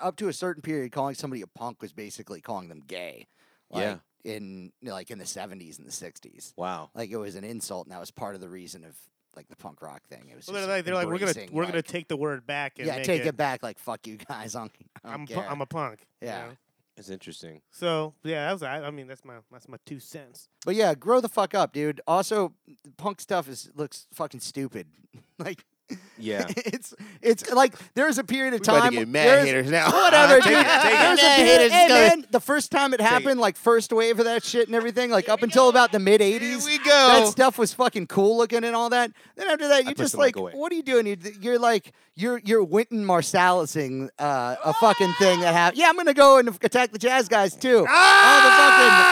Speaker 4: up to a certain period, calling somebody a punk was basically calling them gay.
Speaker 1: Yeah.
Speaker 4: Like, In like in the seventies and the sixties,
Speaker 1: Wow.
Speaker 4: like it was an insult, and that was part of the reason of like the punk rock thing. It was.
Speaker 3: Well, they're
Speaker 4: just
Speaker 3: like, they're like we're gonna
Speaker 4: embracing,
Speaker 3: we're gonna
Speaker 4: like,
Speaker 3: take the word back and
Speaker 4: yeah
Speaker 3: make
Speaker 4: take it.
Speaker 3: it
Speaker 4: back. Like fuck you guys. (laughs) I don't, I don't
Speaker 3: I'm pu-
Speaker 4: care.
Speaker 3: I'm a punk. you
Speaker 4: Yeah.
Speaker 3: know?
Speaker 1: That's interesting.
Speaker 3: So yeah, that was I, I mean that's my that's my two cents.
Speaker 4: But yeah, grow the fuck up, dude. Also, punk stuff is looks fucking stupid. (laughs) like,
Speaker 1: (laughs) Yeah.
Speaker 4: (laughs) it's it's like there's a period of
Speaker 2: We about
Speaker 4: time.
Speaker 2: to get mad
Speaker 4: there's-
Speaker 2: haters now.
Speaker 1: (laughs)
Speaker 2: (laughs)
Speaker 4: Whatever, dude.
Speaker 1: it.
Speaker 4: There's a
Speaker 2: Mad
Speaker 4: period,
Speaker 2: haters
Speaker 4: hey,
Speaker 2: coming.
Speaker 4: man, the first time it happened, like first wave of that shit and everything, like up until about the mid '80s,
Speaker 2: Here we go.
Speaker 4: that stuff was fucking cool looking and all that. Then after that, you're
Speaker 1: pushed
Speaker 4: just
Speaker 1: the mic
Speaker 4: like,
Speaker 1: away.
Speaker 4: what are you doing? You're, you're like, you're you're Wynton Marsalising uh, a fucking thing that happened. Yeah, I'm gonna go and attack the jazz guys too.
Speaker 1: Ah!
Speaker 4: All the fucking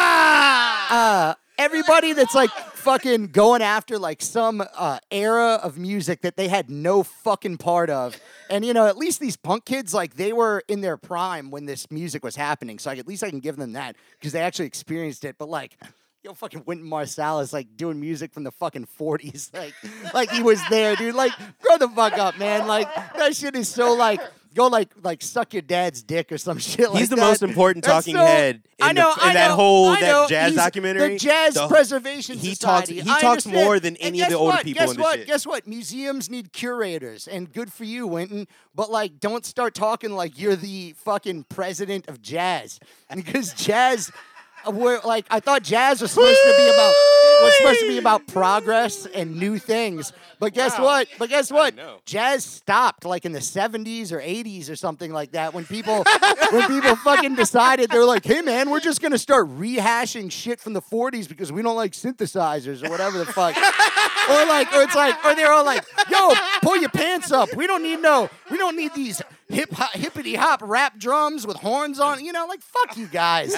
Speaker 4: uh, everybody that's like fucking going after like some uh, era of music that they had no fucking part of. And you know, at least these punk kids, like they were in their prime when this music was happening. So like, at least I can give them that because they actually experienced it. But like. Yo, fucking Wynton Marsalis, like doing music from the fucking forties, (laughs) like, like he was there, dude. Like, grow the fuck up, man. Like, that shit is so like, go like, like suck your dad's dick or some (laughs) shit. like
Speaker 1: He's the
Speaker 4: that.
Speaker 1: most important
Speaker 4: That's
Speaker 1: talking
Speaker 4: so-
Speaker 1: head in,
Speaker 4: I know,
Speaker 1: the, in
Speaker 4: I
Speaker 1: that
Speaker 4: know,
Speaker 1: whole
Speaker 4: I know.
Speaker 1: that jazz
Speaker 4: He's
Speaker 1: documentary.
Speaker 4: The Jazz
Speaker 1: The-
Speaker 4: Preservation
Speaker 1: he talks-
Speaker 4: Society.
Speaker 1: he
Speaker 4: I
Speaker 1: talks
Speaker 4: understand.
Speaker 1: more than
Speaker 4: And
Speaker 1: any of
Speaker 4: guess
Speaker 1: the older
Speaker 4: what?
Speaker 1: people
Speaker 4: Guess
Speaker 1: in this
Speaker 4: what?
Speaker 1: shit.
Speaker 4: Guess what? Museums need curators, and good for you, Winton. But like, don't start talking like you're the fucking president of jazz, (laughs) because jazz. uh, Were, like I thought, jazz was supposed to be about was supposed to be about progress and new things. But guess what? But guess what? Jazz stopped like in the '70s or '80s or something like that when people when people fucking decided they were like, "Hey man, we're just gonna start rehashing shit from the '40s because we don't like synthesizers or whatever the fuck." or like, or it's like, or they're all like, "Yo, pull your pants up. We don't need no, we don't need these hip hop, hippity hop rap drums with horns on. You know, like fuck you guys.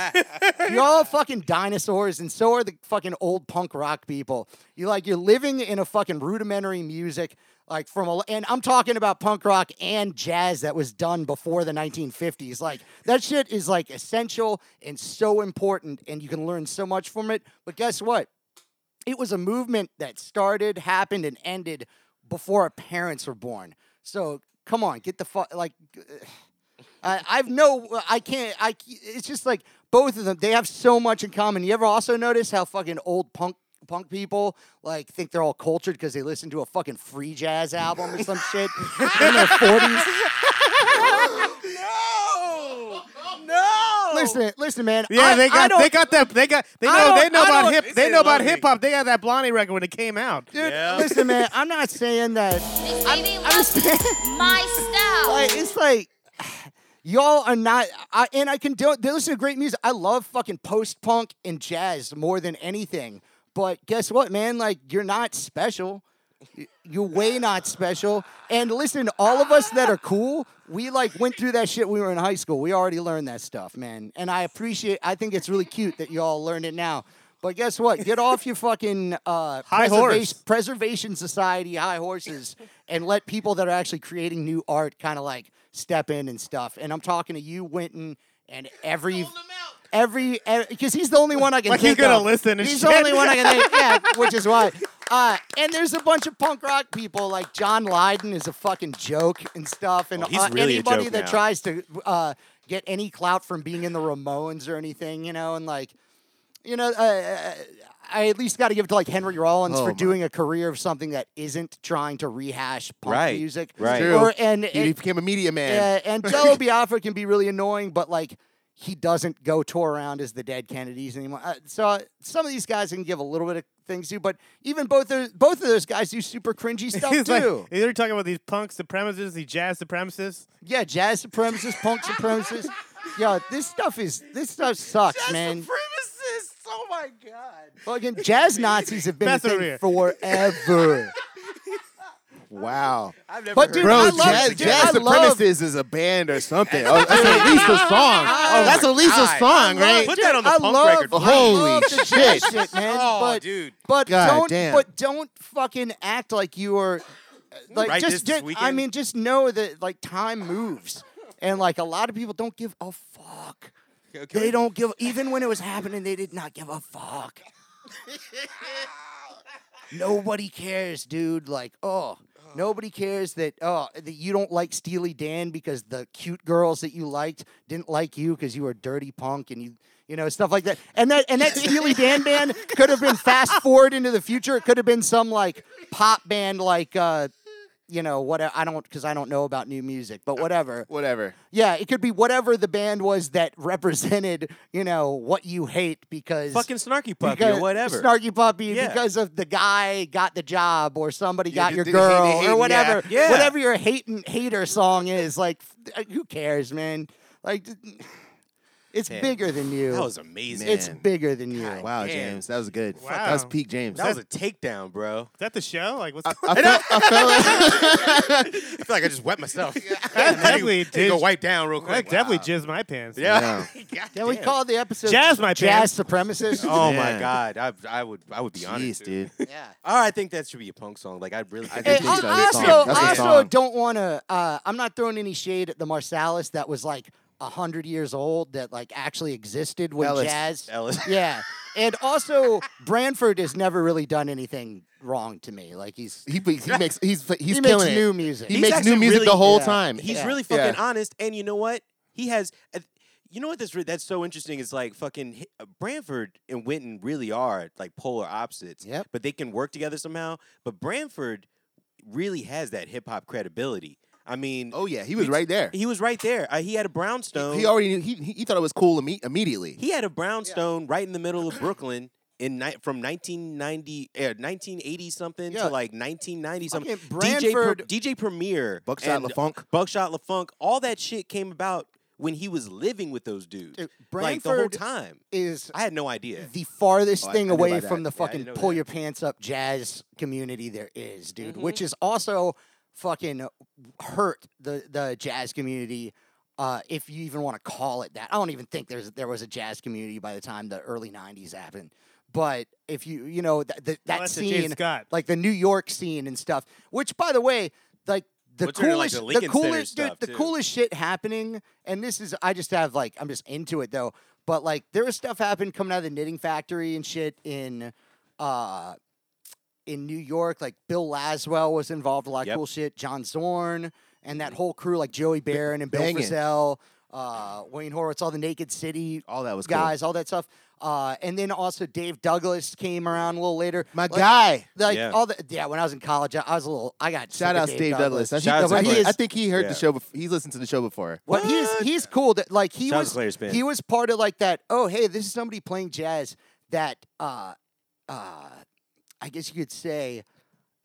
Speaker 4: You're all fucking dinosaurs, and so are the fucking old punk rock people. You like, you're living in a fucking rudimentary music." Like from a, and I'm talking about punk rock and jazz that was done before the 1950s. Like that shit is like essential and so important, and you can learn so much from it. But guess what? it was a movement that started, happened, and ended before our parents were born. So come on, get the fuck like. (sighs) I, I've no, I can't. I. c- It's just like both of them. They have so much in common. You ever also notice how fucking old punk punk people like think they're all cultured because they listen to a fucking free jazz album or some shit in their forties.
Speaker 1: no.
Speaker 4: Listen, listen, man.
Speaker 3: Yeah,
Speaker 4: I,
Speaker 3: they
Speaker 4: I
Speaker 3: got
Speaker 4: don't,
Speaker 3: they got that they got they
Speaker 4: I
Speaker 3: know they
Speaker 4: don't-
Speaker 3: know
Speaker 4: I
Speaker 3: about
Speaker 4: don't-
Speaker 3: hip they know about hip hop. They got that Blondie record when it came out.
Speaker 4: dude, Listen, man. I'm not saying that.
Speaker 5: They say
Speaker 4: I'm,
Speaker 5: they
Speaker 4: I'm
Speaker 5: (laughs) love
Speaker 4: saying.
Speaker 5: my
Speaker 2: (laughs)
Speaker 5: style.
Speaker 4: like it's like (sighs) y'all are not I, and i condone they listen to great music i love fucking post-punk and jazz more than anything but guess what man like you're not special Y- you're way not special and listen all of us that are cool we like went through that shit when we were in high school we already learned that stuff man and i appreciate i think it's really cute that y'all learned it now but guess what? Get off your fucking uh,
Speaker 3: High
Speaker 4: preserva-
Speaker 3: horse.
Speaker 4: preservation society high horses and let people that are actually creating new art kind of like step in and stuff. And I'm talking to you, Winton, and every every because he's the only one I can
Speaker 3: Like he's
Speaker 4: think
Speaker 3: gonna
Speaker 4: of.
Speaker 3: listen and
Speaker 4: he's
Speaker 3: shit.
Speaker 4: the only one I can think. Yeah, which is why. Uh, and there's a bunch of punk rock people like John Lydon is a fucking joke and stuff, and
Speaker 1: Oh, he's
Speaker 4: uh,
Speaker 1: really a
Speaker 4: anybody
Speaker 1: joke
Speaker 4: that
Speaker 1: now.
Speaker 4: tries to uh, get any clout from being in the Ramones or anything, you know, and like you know, uh, I at least got to give it to like Henry Rollins
Speaker 2: Oh
Speaker 4: for
Speaker 2: my-
Speaker 4: doing a career of something that isn't trying to rehash punk
Speaker 1: Right,
Speaker 4: music.
Speaker 1: right.
Speaker 2: True.
Speaker 4: Or and
Speaker 2: Dude, he
Speaker 4: and,
Speaker 2: became a media man.
Speaker 4: uh, and Jello Biafra can be really annoying, but like he doesn't go tour around as the Dead Kennedys anymore. Uh, so uh, some of these guys can give a little bit of things to, but even both of both of those guys do super cringy stuff
Speaker 3: (laughs) He's
Speaker 4: too.
Speaker 3: like they're talking about these punk supremacists, these jazz supremacists.
Speaker 4: Yeah, jazz supremacists, punk supremacists. Yo, this stuff is this stuff sucks, man.
Speaker 1: Supremacists. Oh my god.
Speaker 4: Fucking jazz Nazis have been a
Speaker 3: That's over
Speaker 4: thing
Speaker 1: (laughs)
Speaker 3: here.
Speaker 4: forever.
Speaker 2: wow.
Speaker 1: I've never
Speaker 4: But
Speaker 1: heard
Speaker 4: dude,
Speaker 1: of
Speaker 4: I
Speaker 2: Bro,
Speaker 4: love
Speaker 2: jazz,
Speaker 4: dude,
Speaker 2: jazz
Speaker 4: I love-
Speaker 2: supremacists is a band or
Speaker 4: (laughs)
Speaker 2: something. Oh, that's at least a song. Oh, that's at least a song, right?
Speaker 1: Put that on the
Speaker 4: I
Speaker 1: punk
Speaker 4: love-
Speaker 1: record.
Speaker 4: I
Speaker 2: Holy
Speaker 4: love the
Speaker 2: shit.
Speaker 4: jazz shit, man.
Speaker 1: Oh,
Speaker 4: but,
Speaker 1: dude.
Speaker 4: But
Speaker 2: God
Speaker 4: don't,
Speaker 2: damn.
Speaker 4: but don't fucking act like you are. Like
Speaker 1: write
Speaker 4: just,
Speaker 1: this this
Speaker 4: ju- I
Speaker 1: weekend?
Speaker 4: mean, just know that like time moves, and like a lot of people don't give a fuck.
Speaker 1: Okay.
Speaker 4: They don't give even when it was happening, they did not give a fuck. nobody cares, dude. Like, oh, nobody cares that oh that you don't like Steely Dan because the cute girls that you liked didn't like you because you were a dirty punk and you you know stuff like that. And that and that Steely Dan band could have been fast forward into the future. It could have been some like pop band like uh you know what I don't because I don't know about new music, but whatever.
Speaker 2: Whatever.
Speaker 4: Yeah, it could be whatever the band was that (laughs) represented, you know, what you hate because
Speaker 1: Fucking snarky puppy
Speaker 4: because
Speaker 1: or whatever.
Speaker 4: Snarky puppy
Speaker 1: Yeah.
Speaker 4: because of the guy got the job or somebody got
Speaker 2: the-
Speaker 4: your
Speaker 2: the- the- the
Speaker 4: girl
Speaker 2: hating, yeah.
Speaker 4: or whatever.
Speaker 1: Yeah.
Speaker 4: Whatever your hating hater song is, like f- who cares, man? Like it's
Speaker 1: Man.
Speaker 4: bigger than you.
Speaker 1: that was amazing.
Speaker 2: Man.
Speaker 4: it's bigger than you.
Speaker 2: Wow,
Speaker 1: Damn.
Speaker 2: James, that was good.
Speaker 3: Wow.
Speaker 2: That was peak James.
Speaker 1: That was a takedown, bro.
Speaker 3: that the show? Like, (laughs) what's going
Speaker 2: I
Speaker 4: (laughs)
Speaker 2: felt, I felt
Speaker 1: I feel like I just wet (laughs) myself.
Speaker 3: on? Definitely
Speaker 1: Go
Speaker 3: jizz-
Speaker 1: wipe down real
Speaker 3: I
Speaker 1: quick.
Speaker 3: definitely jizzed my
Speaker 1: (laughs)
Speaker 3: pants.
Speaker 1: Yeah.
Speaker 4: Yeah, we called the episode
Speaker 3: Jazz my
Speaker 4: Jazz
Speaker 3: pants.
Speaker 4: Supremacist.
Speaker 1: (laughs) Oh my
Speaker 2: Yeah.
Speaker 1: god, I, I would I would be honest,
Speaker 2: Jeez, dude.
Speaker 4: Yeah.
Speaker 1: Oh, I think that should be a punk song. Like I really, think
Speaker 4: Hey,
Speaker 1: that
Speaker 4: I
Speaker 1: should be a
Speaker 4: I
Speaker 1: punk
Speaker 4: also,
Speaker 2: song.
Speaker 4: I
Speaker 2: That's the
Speaker 4: also
Speaker 2: song.
Speaker 4: don't want to. Uh, I'm not throwing any shade at the Marsalis that was like hundred years old that like actually existed when
Speaker 2: Ellis.
Speaker 4: jazz.
Speaker 1: Ellis.
Speaker 4: Yeah, and also Branford has never really done anything wrong to me. Like he's
Speaker 2: (laughs) He, he (laughs) makes he's he's
Speaker 4: he
Speaker 2: killing
Speaker 4: makes new
Speaker 2: it.
Speaker 4: music.
Speaker 2: He
Speaker 1: He's
Speaker 2: makes new
Speaker 1: actually
Speaker 2: music
Speaker 1: really-
Speaker 2: the whole
Speaker 4: Yeah.
Speaker 2: time.
Speaker 1: He's
Speaker 4: Yeah.
Speaker 1: really fucking
Speaker 2: Yeah.
Speaker 1: honest, and you know what? He has. uh, You know what? That's re- that's so interesting. Is like fucking hi- uh, Branford and Winton really are like polar opposites.
Speaker 4: Yep.
Speaker 1: But they can work together somehow. But Branford really has that hip hop credibility. I mean,
Speaker 2: Oh yeah, he was
Speaker 1: we-
Speaker 2: right there.
Speaker 1: he was right there. Uh, he had a brownstone.
Speaker 2: He already knew, he, he he thought it was cool imme- immediately.
Speaker 1: He had a brownstone right in the middle of Brooklyn in ni- from 1990, uh, 1980 something
Speaker 4: Yeah.
Speaker 1: to like 1990 something.
Speaker 4: Fucking
Speaker 1: DJ, Pre-
Speaker 4: Branford-
Speaker 1: DJ Premier,
Speaker 2: Buckshot
Speaker 1: and
Speaker 2: LaFunk.
Speaker 1: Buckshot LaFunk, all that shit came about when he was living with those dudes,
Speaker 4: Dude,
Speaker 1: like the whole
Speaker 4: Branford
Speaker 1: time.
Speaker 4: is
Speaker 1: I had no idea.
Speaker 4: the farthest
Speaker 2: Oh, I- I
Speaker 4: thing
Speaker 2: knew
Speaker 4: away
Speaker 2: about that.
Speaker 4: from the
Speaker 1: Yeah, I
Speaker 4: fucking
Speaker 1: know
Speaker 4: pull
Speaker 1: that.
Speaker 4: your pants up jazz community there is, dude. Which is also fucking hurt the the jazz community. Uh, if you even want to call it that, I don't even think there's there was a jazz community by the time the early '90s happened. But if you you know th- th- that
Speaker 3: Unless it's Jay
Speaker 4: scene,
Speaker 3: Scott.
Speaker 4: like the New York scene and stuff. Which, by the way, like the
Speaker 1: What's her, like,
Speaker 4: coolest,
Speaker 1: the
Speaker 4: the
Speaker 1: Lincoln Center
Speaker 4: coolest, dude,
Speaker 1: stuff,
Speaker 4: the
Speaker 1: too.
Speaker 4: coolest shit happening. And this is, I just have like, I'm just into it though. But like, there was stuff happening coming out of the knitting factory and shit in, uh, in New York. Like Bill Laswell was involved in a lot of
Speaker 1: Yep. Mm.
Speaker 4: cool shit. John Zorn and that whole crew, like Joey Barron and Bill
Speaker 2: banging.
Speaker 4: Frisell, uh, Wayne Horowitz, all the Naked City
Speaker 2: All that was cool.
Speaker 4: guys, all that stuff. Uh, and then also Dave Douglas came around a little later.
Speaker 2: My
Speaker 4: Like-
Speaker 2: guy.
Speaker 4: like
Speaker 1: Yeah.
Speaker 4: all the yeah. When I was in college, I, I was a little. I got sick
Speaker 2: Shout
Speaker 4: of
Speaker 2: out Dave Douglas. I think,
Speaker 1: Shout out to
Speaker 2: I think-
Speaker 1: Douglas.
Speaker 2: I think he heard
Speaker 1: Yeah.
Speaker 2: the show. Before, he's listened to the show before.
Speaker 4: Well, he's
Speaker 1: What?
Speaker 4: he's cool. That like he
Speaker 1: Shout out to
Speaker 4: was
Speaker 1: Slayer Spin.
Speaker 4: he was part of like that. Oh hey, this is somebody playing jazz that uh uh I guess you could say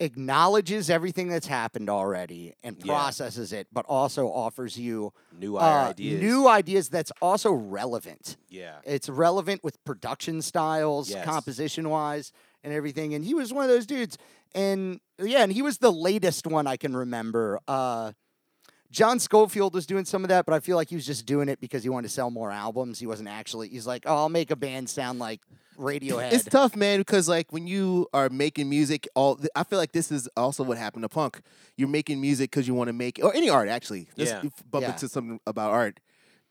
Speaker 4: acknowledges everything that's happened already and
Speaker 1: Yeah.
Speaker 4: processes it, but also offers you
Speaker 1: New
Speaker 4: uh,
Speaker 1: ideas.
Speaker 4: new ideas that's also relevant.
Speaker 1: yeah.
Speaker 4: It's relevant with production styles,
Speaker 1: Yes.
Speaker 4: composition wise, and everything. And he was one of those dudes. And yeah, and he was the latest one I can remember. Uh, John Schofield was doing some of that, but I feel like he was just doing it because he wanted to sell more albums. He wasn't actually. He's like, oh, I'll make a band
Speaker 1: (laughs)
Speaker 4: sound like Radiohead.
Speaker 2: It's tough, man, because like when you are making music, all th- I feel like this is also what happened to punk. You're making music because you want to make, or any art actually. Just
Speaker 1: Yeah.
Speaker 2: f- bump
Speaker 4: Yeah.
Speaker 2: into something about art.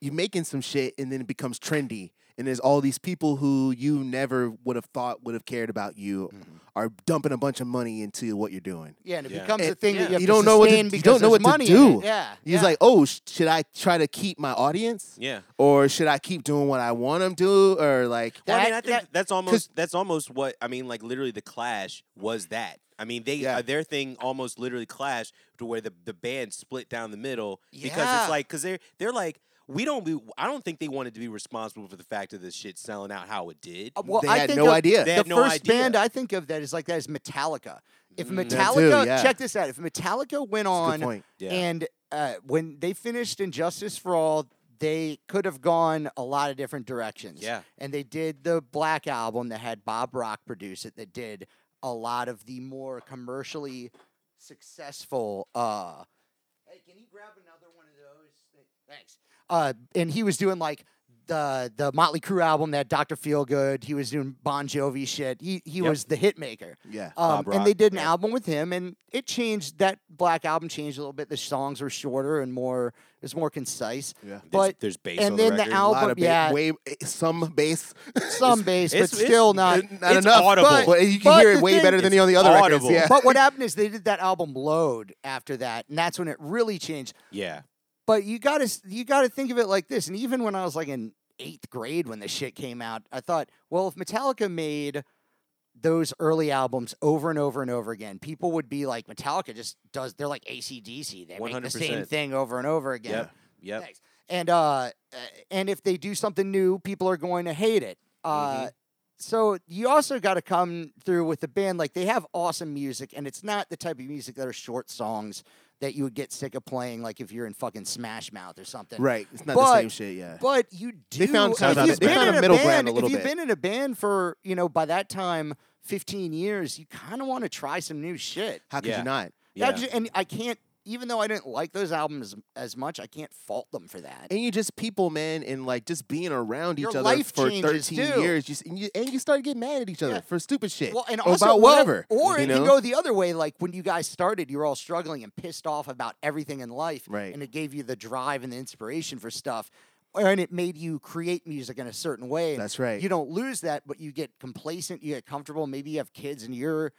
Speaker 2: You're making some shit, and then it becomes trendy, and there's all these people who you never would have thought would have cared about you are dumping a bunch of money into what you're doing.
Speaker 4: Mm-hmm. yeah, and it
Speaker 1: Yeah.
Speaker 4: becomes a
Speaker 2: And
Speaker 4: thing
Speaker 1: yeah.
Speaker 4: that you, have
Speaker 2: you
Speaker 4: to
Speaker 2: don't know what to,
Speaker 4: sustain
Speaker 2: you
Speaker 4: because
Speaker 2: don't know
Speaker 4: there's
Speaker 2: what
Speaker 4: money
Speaker 2: to
Speaker 4: in
Speaker 2: do.
Speaker 4: it. Yeah,
Speaker 2: he's
Speaker 4: yeah.
Speaker 2: like, oh, sh- should I try to keep my audience?
Speaker 1: Yeah.
Speaker 2: or should I keep doing what I want them to? Or like,
Speaker 1: Well, I mean,
Speaker 4: That-
Speaker 1: I think
Speaker 4: that-
Speaker 1: that's almost that's almost what I mean. Like literally, the Clash was that. I mean, they
Speaker 2: Yeah.
Speaker 1: uh, their thing almost literally clashed to where the, the band split down the middle because
Speaker 4: Yeah.
Speaker 1: it's like because they're they're like we don't be, I don't think they wanted to be responsible for the fact of this shit selling out how it did.
Speaker 4: Uh, well,
Speaker 2: they
Speaker 4: I
Speaker 2: had
Speaker 4: think
Speaker 2: no
Speaker 4: of-
Speaker 2: idea.
Speaker 1: They
Speaker 4: the
Speaker 1: had no
Speaker 4: first
Speaker 1: idea.
Speaker 4: band I think of that is like that is Metallica. If
Speaker 1: Mm. That too,
Speaker 4: Metallica,
Speaker 2: yeah.
Speaker 4: check this out. If Metallica went
Speaker 2: That's a
Speaker 4: on
Speaker 2: good point.
Speaker 1: Yeah.
Speaker 4: And uh, when they finished Injustice for All, they could have gone a lot of different directions.
Speaker 1: Yeah.
Speaker 4: And they did the Black album that had Bob Rock produce it, that did a lot of the more commercially successful. Uh, hey, can you grab another one of those? Thanks. Uh, and he was doing like the the Motley Crue album, that Doctor Feelgood. He was doing Bon Jovi shit. He he was the hit maker.
Speaker 2: Yeah.
Speaker 4: Um,
Speaker 1: Bob
Speaker 4: and they
Speaker 1: Rock,
Speaker 4: did an
Speaker 1: yeah.
Speaker 4: album with him, and it changed. That Black album changed a little bit. The songs were shorter and more. It was more concise.
Speaker 2: Yeah.
Speaker 4: But
Speaker 1: there's bass
Speaker 4: and
Speaker 1: on
Speaker 4: then
Speaker 1: the record.
Speaker 4: album,
Speaker 2: lot of ba-
Speaker 4: yeah,
Speaker 2: way, eh, some bass,
Speaker 4: some bass, but
Speaker 1: it's- it's-
Speaker 4: still not.
Speaker 1: it-
Speaker 2: not
Speaker 1: It's
Speaker 2: enough.
Speaker 1: audible.
Speaker 2: But, you can
Speaker 4: but
Speaker 2: hear
Speaker 4: the
Speaker 2: it way
Speaker 4: thing-
Speaker 2: better than the on the
Speaker 1: It's
Speaker 2: other
Speaker 1: audible.
Speaker 2: records. Yeah.
Speaker 4: but (laughs) what happened is they did that album Load after that, and that's when it really changed.
Speaker 1: Yeah.
Speaker 4: But you gotta s- you gotta think of it like this. And even when I was like in eighth grade when the shit came out, I thought, well, if Metallica made those early albums over and over and over again, people would be like, Metallica just does. They're like ACDC. They make the same
Speaker 1: 100%.
Speaker 4: thing over and over again.
Speaker 1: Yep. Yep.
Speaker 4: Thanks. And uh, uh, and if they do something new, people are going to hate it. Uh,
Speaker 1: Mm-hmm.
Speaker 4: So you also got to come through with the band. Like they have awesome music, and it's not the type of music that are short songs that you would get sick of playing. Like if you're in fucking Smash Mouth or something.
Speaker 2: Right. It's not
Speaker 4: But-
Speaker 2: the same shit. Yeah.
Speaker 4: But you
Speaker 2: (laughs)
Speaker 4: do.
Speaker 2: They found-
Speaker 4: if
Speaker 2: found a-
Speaker 4: you've
Speaker 2: they
Speaker 4: been
Speaker 2: found
Speaker 4: in
Speaker 2: a middle
Speaker 4: band,
Speaker 2: ground a little
Speaker 4: If you've
Speaker 2: bit.
Speaker 4: been in a band for you know by that time, fifteen years, you kind of want to try some new shit.
Speaker 2: How could
Speaker 1: Yeah.
Speaker 2: you not?
Speaker 1: Yeah.
Speaker 4: That ju- and I can't. Even though I didn't like those albums as much, I can't fault them for that.
Speaker 2: And you just people, man, and like just being around
Speaker 4: Your
Speaker 2: each other
Speaker 4: life
Speaker 2: for
Speaker 4: changes,
Speaker 2: 13
Speaker 4: too.
Speaker 2: years. You, s- and, you, and you start getting mad at each other
Speaker 4: Yeah.
Speaker 2: for stupid shit.
Speaker 4: Well, and
Speaker 2: Eh, or
Speaker 4: also
Speaker 2: about
Speaker 4: well,
Speaker 2: whatever.
Speaker 4: Or
Speaker 2: you
Speaker 4: if
Speaker 2: know?
Speaker 4: you go the other way, like when you guys started, you were all struggling and pissed off about everything in life,
Speaker 2: Right.
Speaker 4: And it gave you the drive and the inspiration for stuff, and it made you create music in a certain way. and
Speaker 2: That's right.
Speaker 4: You don't lose that, but you get complacent, you get comfortable. Maybe you have kids, and your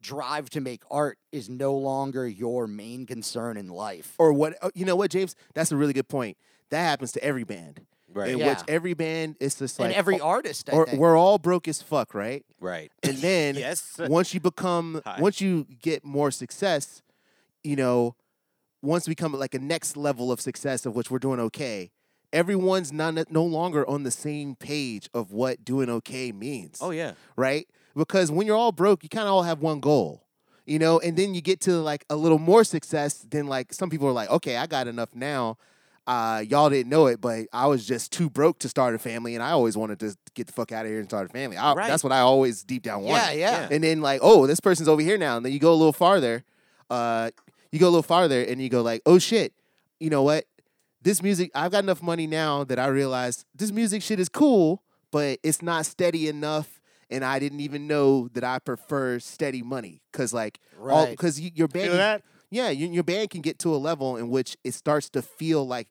Speaker 4: drive to make art is no longer your main concern in life.
Speaker 2: or what oh, you know what james that's a really good point that happens to every band
Speaker 1: Right.
Speaker 2: in which
Speaker 4: Yeah.
Speaker 2: every band is just like
Speaker 4: and every
Speaker 2: oh,
Speaker 4: artist, I
Speaker 2: or
Speaker 4: think.
Speaker 2: we're all broke as fuck right
Speaker 1: Right.
Speaker 2: and
Speaker 1: (laughs)
Speaker 2: then
Speaker 1: Yes.
Speaker 2: once you become
Speaker 1: Hi.
Speaker 2: once you get more success you know once we come like a next level of success of which we're doing okay everyone's not no longer on the same page of what doing okay means
Speaker 1: Oh yeah.
Speaker 2: right? Because when you're all broke, you kind of all have one goal, you know, and then you get to like a little more success than like some people are like, okay, I got enough now. Uh, y'all didn't know it, but I was just too broke to start a family, and I always wanted to get the fuck out of here and start a family. I,
Speaker 1: Right.
Speaker 2: That's what I always deep down wanted.
Speaker 4: yeah, yeah,
Speaker 1: Yeah.
Speaker 2: And then like, oh, this person's over here now, and then you go a little farther, uh, you go a little farther, and you go like, oh shit, you know what? This music, I've got enough money now that I realize this music shit is cool, but it's not steady enough, and I didn't even know that I prefer steady money because like, all
Speaker 4: Right.
Speaker 2: because your band,
Speaker 3: Feel that?
Speaker 2: yeah, your, your band can get to a level in which it starts to feel like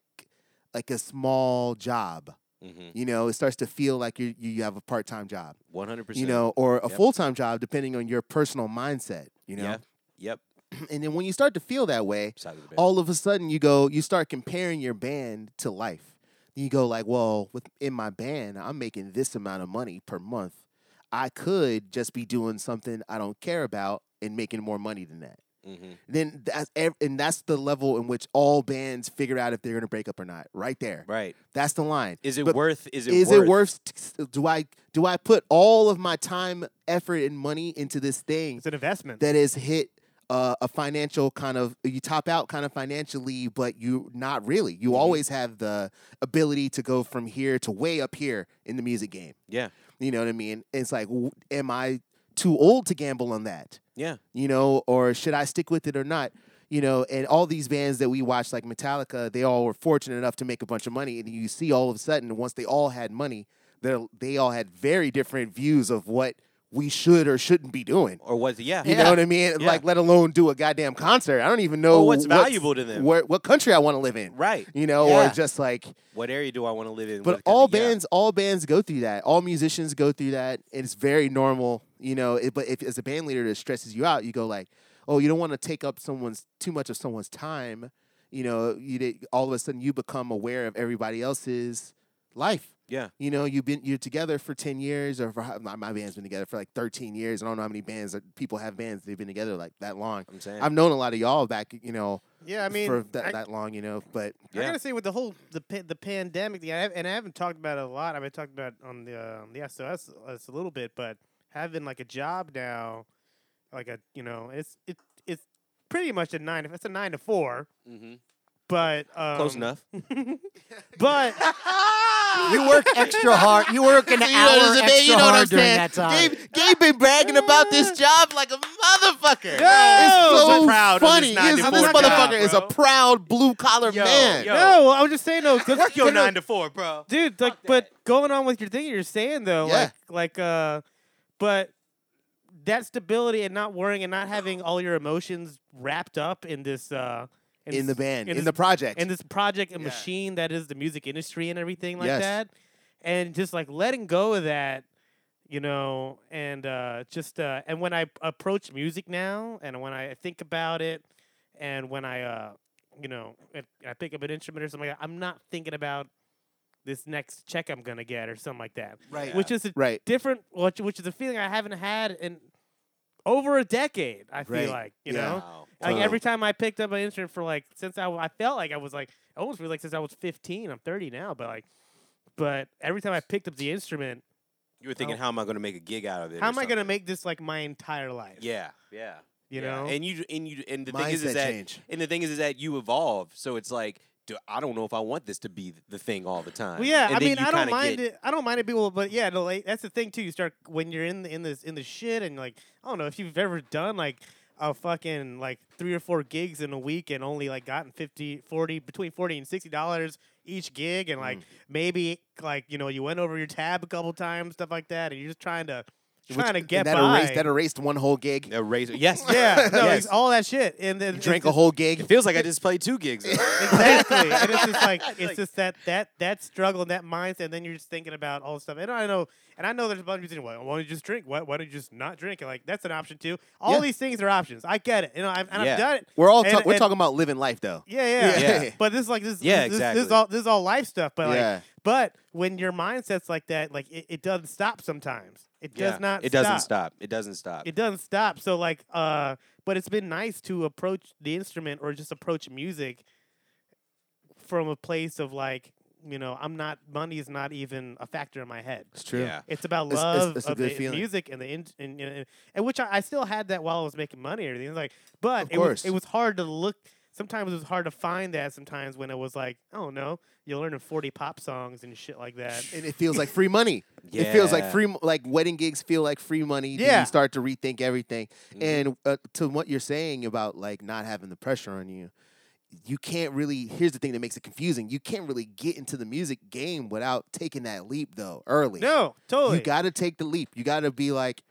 Speaker 2: like a small job.
Speaker 1: Mm-hmm.
Speaker 2: You know, it starts to feel like you you have a part time job
Speaker 1: One hundred percent.
Speaker 2: you know, or a
Speaker 1: Yep.
Speaker 2: full time job, depending on your personal mindset, you know.
Speaker 1: Yeah. Yep.
Speaker 2: (clears throat) And then when you start to feel that way,
Speaker 1: Side of the bed.
Speaker 2: all of a sudden you go, you start comparing your band to life. You go like, well, with in my band, I'm making this amount of money per month. I could just be doing something I don't care about and making more money than that.
Speaker 1: Mhm.
Speaker 2: Then that's ev- and that's the level in which all bands figure out if they're going to break up or not. Right there,
Speaker 1: Right.
Speaker 2: that's the line
Speaker 1: Is it
Speaker 2: But
Speaker 1: worth? Is it
Speaker 2: is
Speaker 1: worth?
Speaker 2: it worth t- do i do i put all of my time effort and money into this thing
Speaker 3: It's an investment.
Speaker 2: that has hit uh, a financial kind of you top out kind of financially but you not really you always have the ability to go from here to way up here in the music game
Speaker 1: Yeah.
Speaker 2: you know what i mean it's like w- am i too old to gamble on that
Speaker 1: Yeah.
Speaker 2: you know, or should I stick with it or not? You know, and all these bands that we watch, like Metallica, they all were fortunate enough to make a bunch of money, and you see all of a sudden, once they all had money, they they all had very different views of what we should or shouldn't be doing.
Speaker 1: Or was it? Yeah.
Speaker 2: You know what I mean?
Speaker 1: Yeah.
Speaker 2: Like, let alone do a goddamn concert. I don't even know
Speaker 1: Or what's valuable to them.
Speaker 2: where, what country I want to live in.
Speaker 1: Right.
Speaker 2: You know,
Speaker 4: Yeah.
Speaker 2: or just like
Speaker 1: What area do I want to live in?
Speaker 2: but
Speaker 1: What kind
Speaker 2: all
Speaker 1: of- yeah.
Speaker 2: bands, all bands go through that. All musicians go through that. and It's very normal, you know. It, but if as a band leader, it stresses you out. You go like, oh, you don't want to take up someone's too much of someone's time. You know, you did, all of a sudden you become aware of everybody else's life.
Speaker 1: Yeah.
Speaker 2: You know, you've been you're together for ten years, or for, how- my, my band's been together for like thirteen years. I don't know how many bands that people have bands they've been together like that long.
Speaker 1: I'm saying.
Speaker 2: I've known a lot of y'all back, you know,
Speaker 3: yeah, I mean,
Speaker 2: for that,
Speaker 3: I-
Speaker 2: that long, you know. But
Speaker 3: I
Speaker 1: yeah.
Speaker 3: gotta say, with the whole the pa- the pandemic, the, I have, and I haven't talked about it a lot. I've been talking about it on the um, the SOS us a little bit, but having like a job now, like a you know, it's it it's pretty much a nine. It's a nine to four,
Speaker 2: Mm-hmm.
Speaker 1: Mhm.
Speaker 3: but um,
Speaker 1: Close enough.
Speaker 3: But
Speaker 4: You work extra hard. You work
Speaker 2: (laughs)
Speaker 4: an
Speaker 2: You know what I'm
Speaker 4: hour
Speaker 2: saying?
Speaker 4: extra
Speaker 2: You know what I'm
Speaker 4: hard during
Speaker 2: saying?
Speaker 4: that time.
Speaker 2: Gabe, Gabe been bragging about this job like a motherfucker.
Speaker 3: No!
Speaker 2: (laughs) it's so
Speaker 3: So proud of this
Speaker 2: funny. This,
Speaker 3: 9 to
Speaker 2: this
Speaker 3: 4 job,
Speaker 2: motherfucker is a
Speaker 3: bro.
Speaker 2: proud blue collar man.
Speaker 6: yo.
Speaker 3: No, I was just saying though. 'cause-
Speaker 6: Work your
Speaker 3: no, no,
Speaker 6: nine to four, bro.
Speaker 3: dude. Like, but going on with your thing, you're saying though,
Speaker 2: Yeah.
Speaker 3: like, like, uh, but that stability and not worrying and not having all your emotions wrapped up in this, uh,
Speaker 2: In the
Speaker 3: this-
Speaker 2: band, in,
Speaker 3: this-
Speaker 2: the project.
Speaker 3: in this project and
Speaker 2: Yeah.
Speaker 3: machine that is the music industry and everything like
Speaker 2: Yes.
Speaker 3: that, and just like letting go of that, you know, and uh, just uh, and when I approach music now, and when I think about it, and when I, uh, you know, if I pick up an instrument or something like that, I'm not thinking about this next check I'm gonna get or something like that,
Speaker 6: Right.
Speaker 3: which is a
Speaker 2: right.
Speaker 3: different, which, which is a feeling I haven't had in over a decade. I
Speaker 2: Right.
Speaker 3: feel like you
Speaker 2: Yeah.
Speaker 3: know.
Speaker 1: Wow.
Speaker 3: Like
Speaker 2: Totally.
Speaker 3: every time I picked up an instrument for like since I, I felt like I was like I almost feel like since I was 15, I'm 30 now, but like, but every time I picked up the instrument,
Speaker 1: You were thinking, how am I going to make a gig out of it?
Speaker 3: how
Speaker 1: or
Speaker 3: am I gonna
Speaker 1: something.
Speaker 3: make this like my entire life?
Speaker 1: Yeah, yeah.
Speaker 3: you
Speaker 1: yeah.
Speaker 3: know.
Speaker 1: and you and you and the thing is,
Speaker 2: Mindset
Speaker 1: is that
Speaker 2: change.
Speaker 1: and the thing is, is that you evolve. So it's like, do, I don't know if I want this to be the thing all the
Speaker 2: Uh,
Speaker 1: time.
Speaker 3: well, yeah,
Speaker 1: And
Speaker 3: I
Speaker 1: then
Speaker 3: mean,
Speaker 1: you
Speaker 3: I don't
Speaker 1: kinda
Speaker 3: mind
Speaker 1: get-
Speaker 3: it. I don't mind it, people. But yeah, no, like, that's the thing too. You start when you're in the, in this in the shit, and like I don't know if you've ever done like a fucking like three or four gigs in a week and only like gotten 50 40 between 40 and 60 dollars each gig and
Speaker 2: Mm.
Speaker 3: like maybe like you know you went over your tab a couple times stuff like that and you're just trying to
Speaker 2: Which-
Speaker 3: trying to
Speaker 2: and
Speaker 3: get
Speaker 2: that
Speaker 3: by
Speaker 2: erased that er erased one whole gig.
Speaker 1: A razor. Yes.
Speaker 3: yeah
Speaker 2: (laughs)
Speaker 3: no
Speaker 1: Yes.
Speaker 3: it's all that shit and then
Speaker 2: You
Speaker 3: it's
Speaker 2: drank a
Speaker 3: just-
Speaker 2: whole
Speaker 1: It
Speaker 2: gig.
Speaker 1: feels like I just played two gigs.
Speaker 3: exactly. and it's just
Speaker 1: (laughs)
Speaker 3: like it's just that that that struggle and that mindset. And then you're just thinking about all the stuff. And I know, and I know there's a bunch of people saying, "Well, why don't you just drink? Why, why don't you just not drink?" And like that's an option too. All
Speaker 2: Yeah.
Speaker 3: these things are options. I get it. You know, I've, and
Speaker 1: Yeah.
Speaker 3: I've done it.
Speaker 2: We're all
Speaker 3: And-
Speaker 2: ta- we're
Speaker 3: and-
Speaker 2: talking about living life though.
Speaker 3: Yeah, yeah.
Speaker 1: Yeah.
Speaker 2: Yeah.
Speaker 3: But this is like this.
Speaker 1: Yeah,
Speaker 3: this, this- This, is
Speaker 1: exactly.
Speaker 3: all this is all life stuff. But
Speaker 2: Yeah.
Speaker 3: like, but when your mindset's like that, like it, it doesn't stop. Sometimes it does
Speaker 1: Yeah.
Speaker 3: not.
Speaker 1: It doesn't stop. It doesn't stop.
Speaker 3: It doesn't stop. So like, uh, but it's been nice to approach the instrument or just approach music from a place of like, you know, I'm not money is not even a factor in my head.
Speaker 2: It's true.
Speaker 1: Yeah.
Speaker 3: It's about
Speaker 2: It's- it's-
Speaker 3: love
Speaker 2: it's a
Speaker 3: of
Speaker 2: good
Speaker 3: the
Speaker 2: feeling.
Speaker 3: music and the in, and, and, and, and which I, I still had that while I was making money and everything. It's Like, but
Speaker 2: Of
Speaker 3: it was,
Speaker 2: course.
Speaker 3: it was hard to look. Sometimes it was hard to find that. Sometimes when it was like, oh no, you're learning 40 pop songs and shit like that.
Speaker 2: And it feels like free money. It feels like
Speaker 1: Yeah.
Speaker 2: free, mo- like wedding gigs feel like free money. Then
Speaker 3: Yeah.
Speaker 2: You start to rethink everything.
Speaker 1: Mhm.
Speaker 2: And uh, to what you're saying about like not having the pressure on you, you can't really. Here's the thing that makes it confusing. You can't really get into the music game without taking that leap though early.
Speaker 3: No, totally.
Speaker 2: You got to take the leap. You got to be like,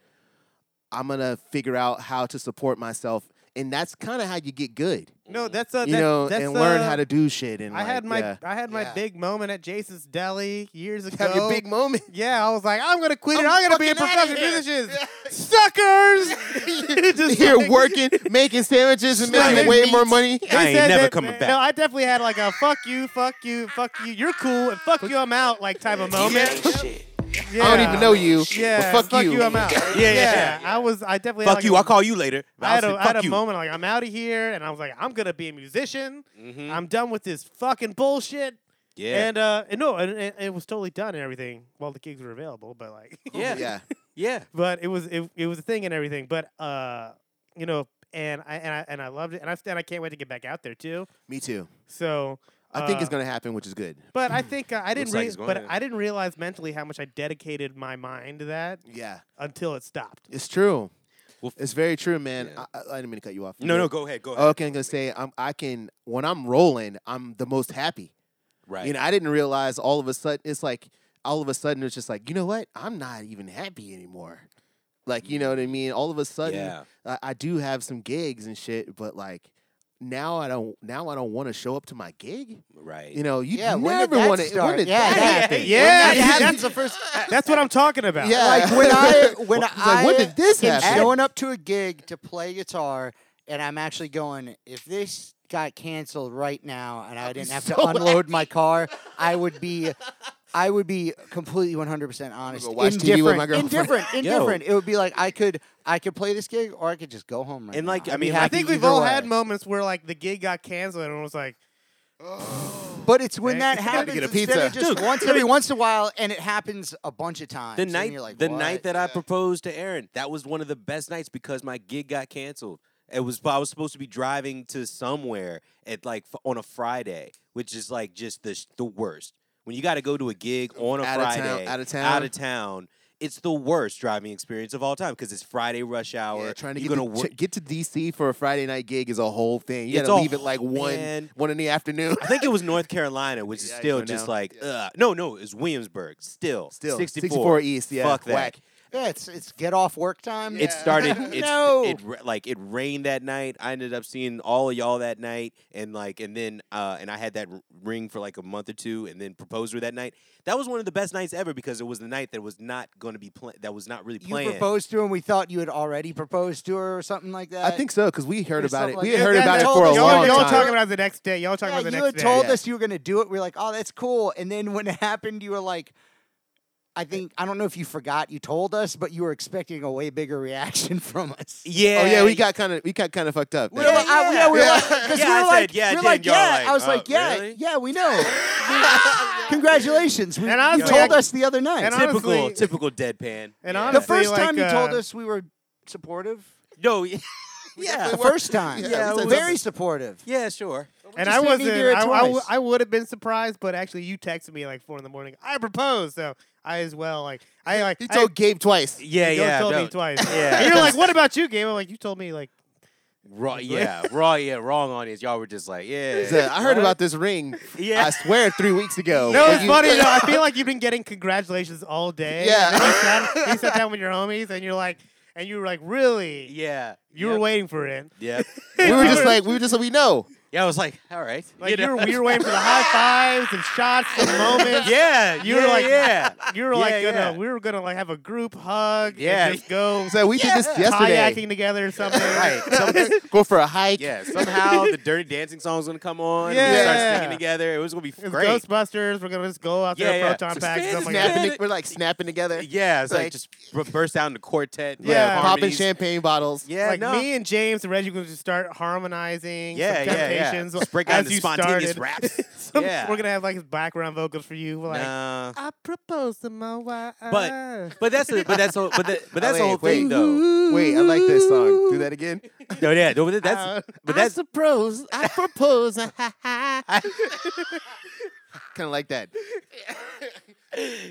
Speaker 2: I'm gonna figure out how to support myself, and that's kind of how you get good.
Speaker 3: no, that's a
Speaker 2: You
Speaker 3: that-
Speaker 2: know,
Speaker 3: that's
Speaker 2: and learn
Speaker 3: uh,
Speaker 2: how to do shit. And
Speaker 3: I had
Speaker 2: like,
Speaker 3: my
Speaker 2: yeah.
Speaker 3: I had my
Speaker 2: Yeah.
Speaker 3: big moment at Jason's Deli years ago.
Speaker 2: (laughs) have your big moment.
Speaker 3: yeah, I was like, (laughs) I'm gonna quit
Speaker 2: I'm
Speaker 3: it. I'm gonna be a
Speaker 2: fucking outta
Speaker 3: professional
Speaker 2: here.
Speaker 3: musician.
Speaker 2: (laughs)
Speaker 3: Suckers! (laughs) Just
Speaker 2: Here
Speaker 3: like-
Speaker 2: working,
Speaker 3: (laughs)
Speaker 2: making sandwiches, and
Speaker 1: Slamming
Speaker 2: making way more
Speaker 1: beats.
Speaker 2: money.
Speaker 3: They
Speaker 1: I ain't
Speaker 3: said
Speaker 1: never
Speaker 3: that-
Speaker 1: coming
Speaker 3: No,
Speaker 1: back.
Speaker 3: I definitely had like a fuck you, fuck you, fuck you. You're cool, and fuck you, I'm out. Like type of moment. Yeah.
Speaker 2: I don't even know you.
Speaker 3: Yeah,
Speaker 2: but fuck,
Speaker 3: you. I'm out. yeah,
Speaker 1: yeah,
Speaker 3: I was. I definitely.
Speaker 1: Fuck
Speaker 3: had, like,
Speaker 1: you.
Speaker 3: a-
Speaker 1: I'll call you later.
Speaker 3: I had
Speaker 1: I'll
Speaker 3: a,
Speaker 1: say,
Speaker 3: I had
Speaker 1: fuck
Speaker 3: a
Speaker 1: you.
Speaker 3: moment like I'm out of here, and I was like, I'm gonna be a musician.
Speaker 1: Mhm.
Speaker 3: I'm done with this fucking bullshit.
Speaker 1: Yeah.
Speaker 3: And uh, and no, and, and it was totally done and everything. Well, the gigs were available, but like, (laughs)
Speaker 1: yeah. Yeah.
Speaker 2: Yeah,
Speaker 1: Yeah.
Speaker 3: but it was it, it was a thing and everything. But uh, you know, and I and I and I loved it, and I and I can't wait to get back out there too.
Speaker 2: me too.
Speaker 3: So
Speaker 2: I think
Speaker 3: uh,
Speaker 2: it's gonna happen, which is good. (clears throat)
Speaker 3: But I think uh, I didn't.
Speaker 1: Looks like
Speaker 3: rea-
Speaker 1: it's going
Speaker 3: but
Speaker 1: to.
Speaker 3: I didn't realize mentally how much I dedicated my mind to that
Speaker 2: Yeah,
Speaker 3: until it
Speaker 2: (laughs)
Speaker 3: stopped.
Speaker 2: it's true.
Speaker 1: Well,
Speaker 2: It's very true, man.
Speaker 1: Yeah.
Speaker 2: I, I I didn't mean to cut you off.
Speaker 1: No,
Speaker 2: You-
Speaker 1: no. Go ahead. Go ahead.
Speaker 3: Oh,
Speaker 2: Okay, I'm gonna say I'm. I can when I'm rolling, I'm the most happy.
Speaker 1: right.
Speaker 2: You know, I didn't realize all of a sudden it's like all of a sudden it's just like you know what? I'm not even happy anymore. Like you know what I mean? All of a sudden,
Speaker 1: Yeah.
Speaker 2: I, I do have some gigs and shit, but like now I don't. Now I don't want to show up to my gig.
Speaker 1: Right.
Speaker 2: You know, you
Speaker 4: Yeah, when did
Speaker 2: never
Speaker 4: that
Speaker 2: want to.
Speaker 4: start?
Speaker 2: When did
Speaker 4: Yeah,
Speaker 2: that
Speaker 1: (laughs)
Speaker 4: that-
Speaker 2: happen?
Speaker 4: (laughs)
Speaker 3: Yeah,
Speaker 4: When that happens
Speaker 3: that's,
Speaker 4: the first.
Speaker 3: that's what I'm talking about.
Speaker 2: Yeah. (laughs)
Speaker 4: Like when I when
Speaker 2: It's
Speaker 4: I
Speaker 2: like, when did this
Speaker 4: am
Speaker 2: happen?
Speaker 4: showing up to a gig to play guitar, and I'm actually going, if this got canceled right now, and I didn't have to
Speaker 2: so
Speaker 4: unload my car, I would be. I would be completely 100% honest.
Speaker 2: go watch TV
Speaker 4: indifferent,
Speaker 2: with my girlfriend.
Speaker 4: indifferent,
Speaker 2: (laughs)
Speaker 4: indifferent. It would be like I could, I could play this gig, or I could just go home right
Speaker 1: And,
Speaker 4: now.
Speaker 1: like, I
Speaker 4: I'd be
Speaker 1: mean,
Speaker 3: I
Speaker 1: like,
Speaker 4: happy
Speaker 3: think we've
Speaker 4: either
Speaker 3: all
Speaker 4: way.
Speaker 3: had moments where like the gig got canceled and it was like,
Speaker 4: But it's when
Speaker 3: Right.
Speaker 4: that
Speaker 2: Gotta
Speaker 4: happens
Speaker 2: get a
Speaker 4: instead of
Speaker 2: pizza.
Speaker 4: just once every once in a while, and it happens a bunch of times.
Speaker 1: the
Speaker 4: and
Speaker 1: night
Speaker 4: you're like,
Speaker 1: the
Speaker 4: "What?"
Speaker 1: night that I proposed to Aaron, that was one of the best nights because my gig got canceled. It was I was supposed to be driving to somewhere at like f- on a Friday, which is like just the sh- the worst. when you got to go to a gig on a
Speaker 2: Out of town-
Speaker 1: Friday,
Speaker 2: out of town.
Speaker 1: out of town, it's the worst driving experience of all time because it's Friday rush hour.
Speaker 2: Yeah, trying to
Speaker 1: you're
Speaker 2: get to,
Speaker 1: gonna wor-
Speaker 2: ch- get to DC for a Friday night gig is a whole thing. You
Speaker 1: It's a
Speaker 2: gotta leave at like
Speaker 1: whole-
Speaker 2: one
Speaker 1: man.
Speaker 2: one in
Speaker 1: (laughs)
Speaker 2: the afternoon. (laughs)
Speaker 1: I think it was North Carolina, which is
Speaker 2: Yeah, I
Speaker 1: still
Speaker 2: know
Speaker 1: just
Speaker 2: now.
Speaker 1: like
Speaker 2: Yeah.
Speaker 1: ugh. no, no, it's Williamsburg. Still,
Speaker 2: Still,
Speaker 1: 64.
Speaker 2: 64 East, yeah,
Speaker 1: fuck that.
Speaker 2: whack.
Speaker 4: Yeah, it's it's get off work time.
Speaker 1: It
Speaker 4: (laughs)
Speaker 1: started. It's,
Speaker 4: No.
Speaker 1: It ra- like it rained that night. I ended up seeing all of y'all that night, and like, and then, uh, and I had that r- ring for like a month or two, and then proposed her that night. That was one of the best nights ever because it was the night that was not going to be pla- that was not really
Speaker 4: You
Speaker 1: planned.
Speaker 4: proposed to her, and we thought you had already proposed to her or something like that.
Speaker 2: I think so because we heard
Speaker 4: There's
Speaker 2: about
Speaker 4: something
Speaker 2: it.
Speaker 4: like
Speaker 2: we
Speaker 4: that.
Speaker 2: had heard
Speaker 4: Yeah,
Speaker 2: about it
Speaker 4: they
Speaker 2: for a
Speaker 4: told us-
Speaker 2: long
Speaker 3: y'all, y'all
Speaker 2: time.
Speaker 3: talking about it the next day. Y'all talking
Speaker 4: yeah,
Speaker 3: about the
Speaker 4: you had
Speaker 3: next day.
Speaker 4: told
Speaker 2: yeah.
Speaker 4: us you were going to do it. We were like, oh, that's cool. And then when it happened, you were like, I think I don't know if you forgot you told us, but you were expecting a way bigger reaction (laughs) from us.
Speaker 1: yeah,
Speaker 2: oh yeah, we got kind of we got kind of fucked up.
Speaker 4: We were
Speaker 2: there.
Speaker 4: like, I- yeah, we were like, 'cause
Speaker 1: Yeah,
Speaker 4: we were
Speaker 1: I said,
Speaker 4: like,
Speaker 1: yeah, I
Speaker 4: we were
Speaker 1: did,
Speaker 4: like,
Speaker 1: y'all
Speaker 4: yeah.
Speaker 1: like,
Speaker 4: I was
Speaker 1: oh,
Speaker 4: like, yeah,
Speaker 1: really?
Speaker 4: yeah,
Speaker 1: (laughs)
Speaker 4: we know. Congratulations, we,
Speaker 3: And honestly,
Speaker 4: you told
Speaker 3: I-
Speaker 4: us the other night.
Speaker 3: and I-
Speaker 1: typical,
Speaker 3: honestly-
Speaker 1: typical deadpan.
Speaker 3: And
Speaker 1: yeah.
Speaker 4: the
Speaker 3: honestly-
Speaker 4: first
Speaker 3: like,
Speaker 4: time you told
Speaker 3: uh,
Speaker 4: us, we were supportive.
Speaker 1: no, yeah, yeah,
Speaker 4: the first time,
Speaker 2: Yeah,
Speaker 1: we
Speaker 4: yeah,
Speaker 1: said
Speaker 4: very
Speaker 2: that-
Speaker 4: supportive.
Speaker 1: yeah, sure.
Speaker 3: And
Speaker 4: Just
Speaker 3: I
Speaker 4: didn't need
Speaker 3: wasn't.
Speaker 4: to hear it
Speaker 3: I, I, w-
Speaker 4: twice.
Speaker 3: I would have been surprised, but actually, you texted me like four in the morning. I proposed, so I as well. Like I like.
Speaker 2: he
Speaker 3: I-
Speaker 2: told Gabe twice.
Speaker 1: Yeah,
Speaker 3: Y'all
Speaker 1: yeah,
Speaker 3: told
Speaker 1: no.
Speaker 3: me twice.
Speaker 1: Yeah.
Speaker 3: (laughs) And you're like, what about you, Gabe? I'm like, you told me like.
Speaker 1: (laughs) Raw, yeah, raw, yeah, wrong audience. Y'all were just like, yeah,
Speaker 2: He said, I heard
Speaker 1: what?"
Speaker 2: about this ring.
Speaker 1: (laughs) Yeah.
Speaker 2: I swear, three weeks ago.
Speaker 3: No,
Speaker 2: And
Speaker 3: it's
Speaker 2: you-
Speaker 3: funny though. I feel like you've been getting congratulations all day.
Speaker 2: Yeah.
Speaker 3: And then you,
Speaker 2: (laughs)
Speaker 3: sat, you sat down with your homies, and you're like, and you were like, really?
Speaker 1: yeah.
Speaker 3: You
Speaker 1: yep,
Speaker 3: were waiting for it.
Speaker 1: Yep.
Speaker 2: we were
Speaker 3: (laughs)
Speaker 2: just like, we were just like, we know.
Speaker 1: Yeah, I was like, all right.
Speaker 3: Like you,
Speaker 1: know?
Speaker 3: were, you were waiting for the high fives and shots
Speaker 1: (laughs)
Speaker 3: and moments.
Speaker 1: yeah,
Speaker 3: You
Speaker 1: yeah,
Speaker 3: were like,
Speaker 1: yeah.
Speaker 3: You were
Speaker 1: Yeah,
Speaker 3: like, gonna,
Speaker 1: yeah.
Speaker 3: we were gonna like have a group hug.
Speaker 1: Yeah.
Speaker 3: And just go
Speaker 2: So we did this yesterday.
Speaker 3: kayaking together or (laughs) something.
Speaker 1: right. Some,
Speaker 2: Go for a
Speaker 1: (laughs)
Speaker 2: hike.
Speaker 1: yeah, somehow the Dirty Dancing song's gonna come on. Yeah. We
Speaker 3: Yeah.
Speaker 1: start singing together. It was gonna be
Speaker 3: It's
Speaker 1: great.
Speaker 3: Ghostbusters. We're gonna just go out there,
Speaker 1: Yeah, yeah.
Speaker 3: proton
Speaker 1: So
Speaker 3: packs,
Speaker 1: stand
Speaker 3: stuff like
Speaker 1: snap
Speaker 3: that.
Speaker 1: and-
Speaker 4: (laughs)
Speaker 2: Snapping, we're like snapping together.
Speaker 1: yeah, it's like,
Speaker 2: Like-
Speaker 1: just bur- burst out into quartet. like,
Speaker 3: Yeah.
Speaker 2: Popping
Speaker 1: harmonies.
Speaker 2: champagne bottles.
Speaker 1: Yeah,
Speaker 3: like
Speaker 1: no.
Speaker 3: me and James and Reggie, we're gonna just start harmonizing.
Speaker 1: yeah,
Speaker 3: some
Speaker 1: yeah, yeah.
Speaker 3: Temptations
Speaker 1: Just break
Speaker 3: as
Speaker 1: out into
Speaker 3: you
Speaker 1: spontaneous
Speaker 3: started.
Speaker 1: raps.
Speaker 3: Some-
Speaker 1: yeah.
Speaker 3: (laughs) We're gonna have like background vocals for you. We're like,
Speaker 1: Nah.
Speaker 3: I propose to my wife.
Speaker 1: But but that's the but that's the, but the, but
Speaker 2: Oh,
Speaker 1: that's
Speaker 3: (laughs)
Speaker 1: the
Speaker 2: wait,
Speaker 1: whole
Speaker 2: wait.
Speaker 1: thing though.
Speaker 2: Wait, I like this song. Do that again.
Speaker 1: No, yeah, no, but that's
Speaker 3: Uh,
Speaker 1: but that's
Speaker 2: I propose.
Speaker 3: (laughs)
Speaker 2: I propose. kind of like that.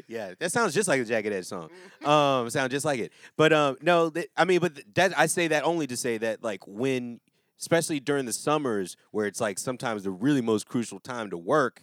Speaker 1: yeah, that sounds just like a Jagged Edge song.
Speaker 2: Mm-hmm.
Speaker 1: Um, sound just like it. But um, no, th- I mean, but th- that I say that only to say that like when, especially during the summers where it's like sometimes the really most crucial time to work,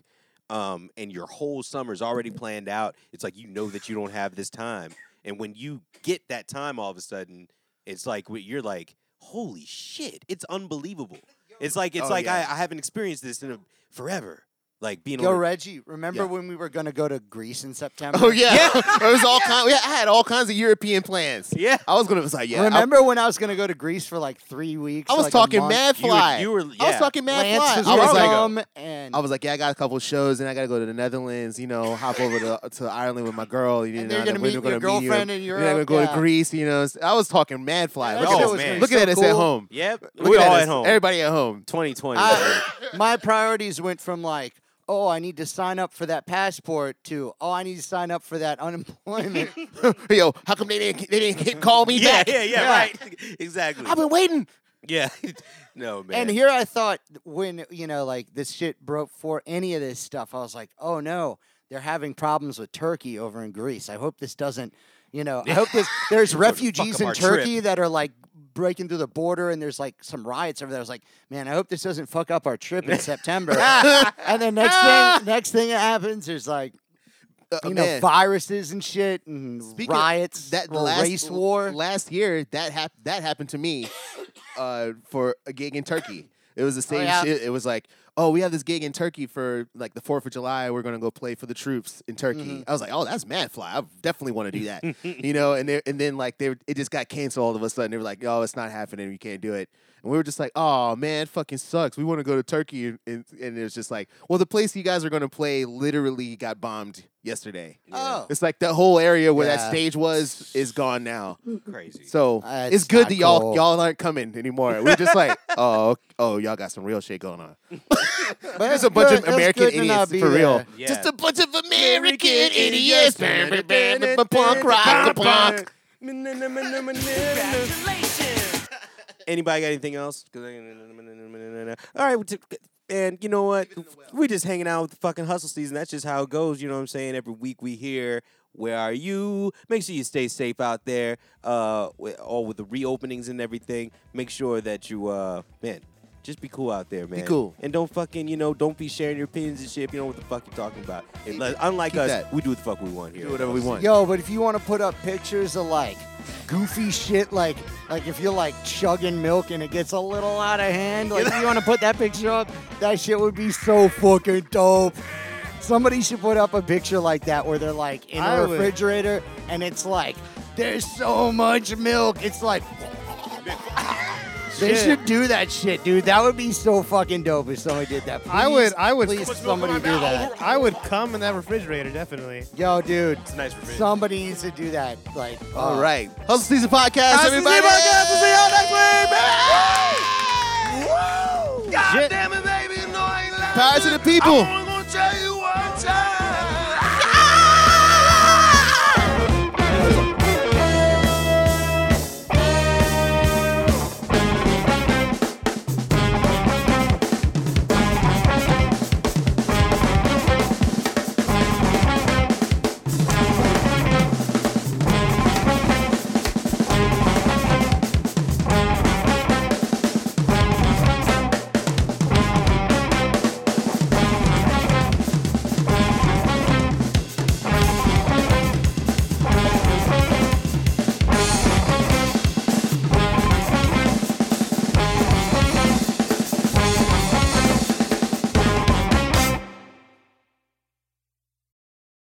Speaker 1: um, and your whole summer's already
Speaker 2: Mm-hmm.
Speaker 1: planned out. It's like you know that you don't have this time, and when you get that time, all of a sudden, it's like wh- you're like, holy shit, it's
Speaker 2: (laughs)
Speaker 1: unbelievable. It's like it's
Speaker 2: Oh,
Speaker 1: like
Speaker 2: yeah.
Speaker 1: I, I haven't experienced this in a, forever. Like being
Speaker 4: Yo,
Speaker 1: on a-
Speaker 4: Reggie, remember
Speaker 1: Yeah.
Speaker 4: when we were going to go to Greece in September?
Speaker 2: Oh yeah, (laughs) it was all kind. I had all kinds of European plans.
Speaker 1: (laughs) yeah.
Speaker 2: I was gonna. was like, yeah. I-
Speaker 4: Remember when I was going to go to Greece for like three weeks?
Speaker 2: I, was
Speaker 4: like a
Speaker 2: talking
Speaker 4: month?
Speaker 2: mad
Speaker 1: You were-
Speaker 2: fly.
Speaker 1: you were-
Speaker 2: I was
Speaker 1: yeah.
Speaker 2: talking mad fly.
Speaker 4: Lance was Um,
Speaker 2: I was
Speaker 4: gonna
Speaker 2: like,
Speaker 4: come, and
Speaker 2: I was like, yeah, I got a couple shows, and I got to go to the Netherlands. You know, hop over to, to Ireland with my girl. You
Speaker 4: And
Speaker 2: know,
Speaker 4: they're gonna
Speaker 2: we're
Speaker 4: meet
Speaker 2: gonna
Speaker 4: your
Speaker 2: meet you.
Speaker 4: girlfriend in
Speaker 2: We're
Speaker 4: Europe,
Speaker 2: gonna go
Speaker 4: yeah.
Speaker 2: to Greece. You know, I was talking mad fly.
Speaker 4: That
Speaker 2: Look
Speaker 1: shit
Speaker 2: at,
Speaker 1: was
Speaker 2: us-
Speaker 1: gonna be
Speaker 2: look at
Speaker 4: so
Speaker 2: us at
Speaker 4: cool.
Speaker 2: home.
Speaker 1: Yep.
Speaker 2: Look
Speaker 1: We all
Speaker 2: us-
Speaker 1: at home.
Speaker 2: Everybody at home.
Speaker 1: 2020.
Speaker 4: I- my priorities went from like, oh, I need to sign up for that passport to, oh, I need to sign up for that (laughs) unemployment.
Speaker 2: (laughs) Yo, how come they didn't
Speaker 1: (laughs)
Speaker 2: they didn't call me
Speaker 1: yeah,
Speaker 2: back?
Speaker 1: yeah, yeah,
Speaker 4: Yeah.
Speaker 1: right. (laughs) exactly.
Speaker 2: I've been waiting.
Speaker 1: yeah. (laughs) no, man.
Speaker 4: and here I thought when you know like this shit broke for any of this stuff, I was like, oh no, they're having problems with Turkey over in Greece. I hope this doesn't, you know, I hope
Speaker 2: (laughs)
Speaker 4: this there's refugees
Speaker 1: up
Speaker 4: in
Speaker 1: our trip.
Speaker 4: Turkey that are like breaking through the border and there's like some riots over there. I was like, man, I hope this doesn't fuck up our trip in September.
Speaker 2: (laughs)
Speaker 4: and then next thing next thing that happens, there's like
Speaker 2: Uh,
Speaker 4: you know,
Speaker 2: man,
Speaker 4: viruses and shit and
Speaker 2: speaking of
Speaker 4: riots,
Speaker 2: that
Speaker 4: or
Speaker 2: last,
Speaker 4: race war.
Speaker 2: last year that hap- that happened to me (coughs) uh, for a gig in Turkey. It was the same
Speaker 4: yeah.
Speaker 2: shit. It was like, oh, we have this gig in Turkey for like the Fourth of July. We're gonna go play for the troops in Turkey.
Speaker 4: Mm-hmm.
Speaker 2: I was like, oh, that's mad fly. I definitely want to do
Speaker 4: (laughs)
Speaker 2: that, you know. And they and then like they were- it just got canceled all of a sudden. They were like, oh, it's not happening. We can't do it. And we were just like, oh man, it fucking sucks. We want to go to Turkey, and, and, and it was just like, well, the place you guys are gonna play literally got bombed yesterday.
Speaker 4: Oh.
Speaker 2: It's like the whole area where that
Speaker 4: Yeah.
Speaker 2: stage was is gone now.
Speaker 1: crazy.
Speaker 2: So
Speaker 4: Uh,
Speaker 2: it's
Speaker 4: it's
Speaker 2: good
Speaker 4: not
Speaker 2: that y'all
Speaker 4: cool.
Speaker 2: y'all aren't coming anymore. We're just
Speaker 4: (laughs)
Speaker 2: like, oh, ok- oh, y'all got some real shit going on.
Speaker 4: But
Speaker 2: (laughs) There's
Speaker 4: it's
Speaker 2: a bunch
Speaker 4: good-
Speaker 2: of
Speaker 4: it's
Speaker 2: American
Speaker 4: good to not
Speaker 2: idiots
Speaker 4: be
Speaker 2: for real.
Speaker 4: there.
Speaker 1: Yeah.
Speaker 2: Just a bunch of American idiots. Plonk, rock, plonk.
Speaker 1: Anybody got anything else? All right, we'll t- And you know what? We're just hanging out with the fucking hustle season. That's just how it goes. You know what I'm saying? Every week we hear, where are you? Make sure you stay safe out there. Uh, with, all with the reopenings and everything. Make sure that you, uh, man, just be cool out there, man.
Speaker 2: cool.
Speaker 1: And don't fucking, you know, don't be sharing your opinions and shit. If you know what the fuck you're talking about. Unless, unlike
Speaker 2: keep
Speaker 1: us,
Speaker 2: that.
Speaker 1: we do what the fuck we want here.
Speaker 2: Do whatever we want.
Speaker 4: Yo, but if you want to put up pictures of like goofy shit, like like if you're like chugging milk and it gets a little out of hand, like if you want to put that picture up, that shit would be so fucking dope. Somebody should put up a picture like that where they're like in a
Speaker 3: I would.
Speaker 4: refrigerator and it's like there's so much milk. It's like they should do that shit, dude. That would be so fucking dope if somebody did that.
Speaker 3: I would-
Speaker 4: Please,
Speaker 3: I would-
Speaker 4: Please, somebody do that.
Speaker 3: I would come in that refrigerator, definitely.
Speaker 4: Yo, dude,
Speaker 1: It's a nice revenge.
Speaker 4: somebody needs to do that. Like,
Speaker 2: All
Speaker 4: uh,
Speaker 2: right. Hustle Season Podcast, everybody.
Speaker 1: Oh,
Speaker 6: God damn it, baby. No, I ain't lying.
Speaker 2: Powers to the people.
Speaker 6: I'm only gonna tell you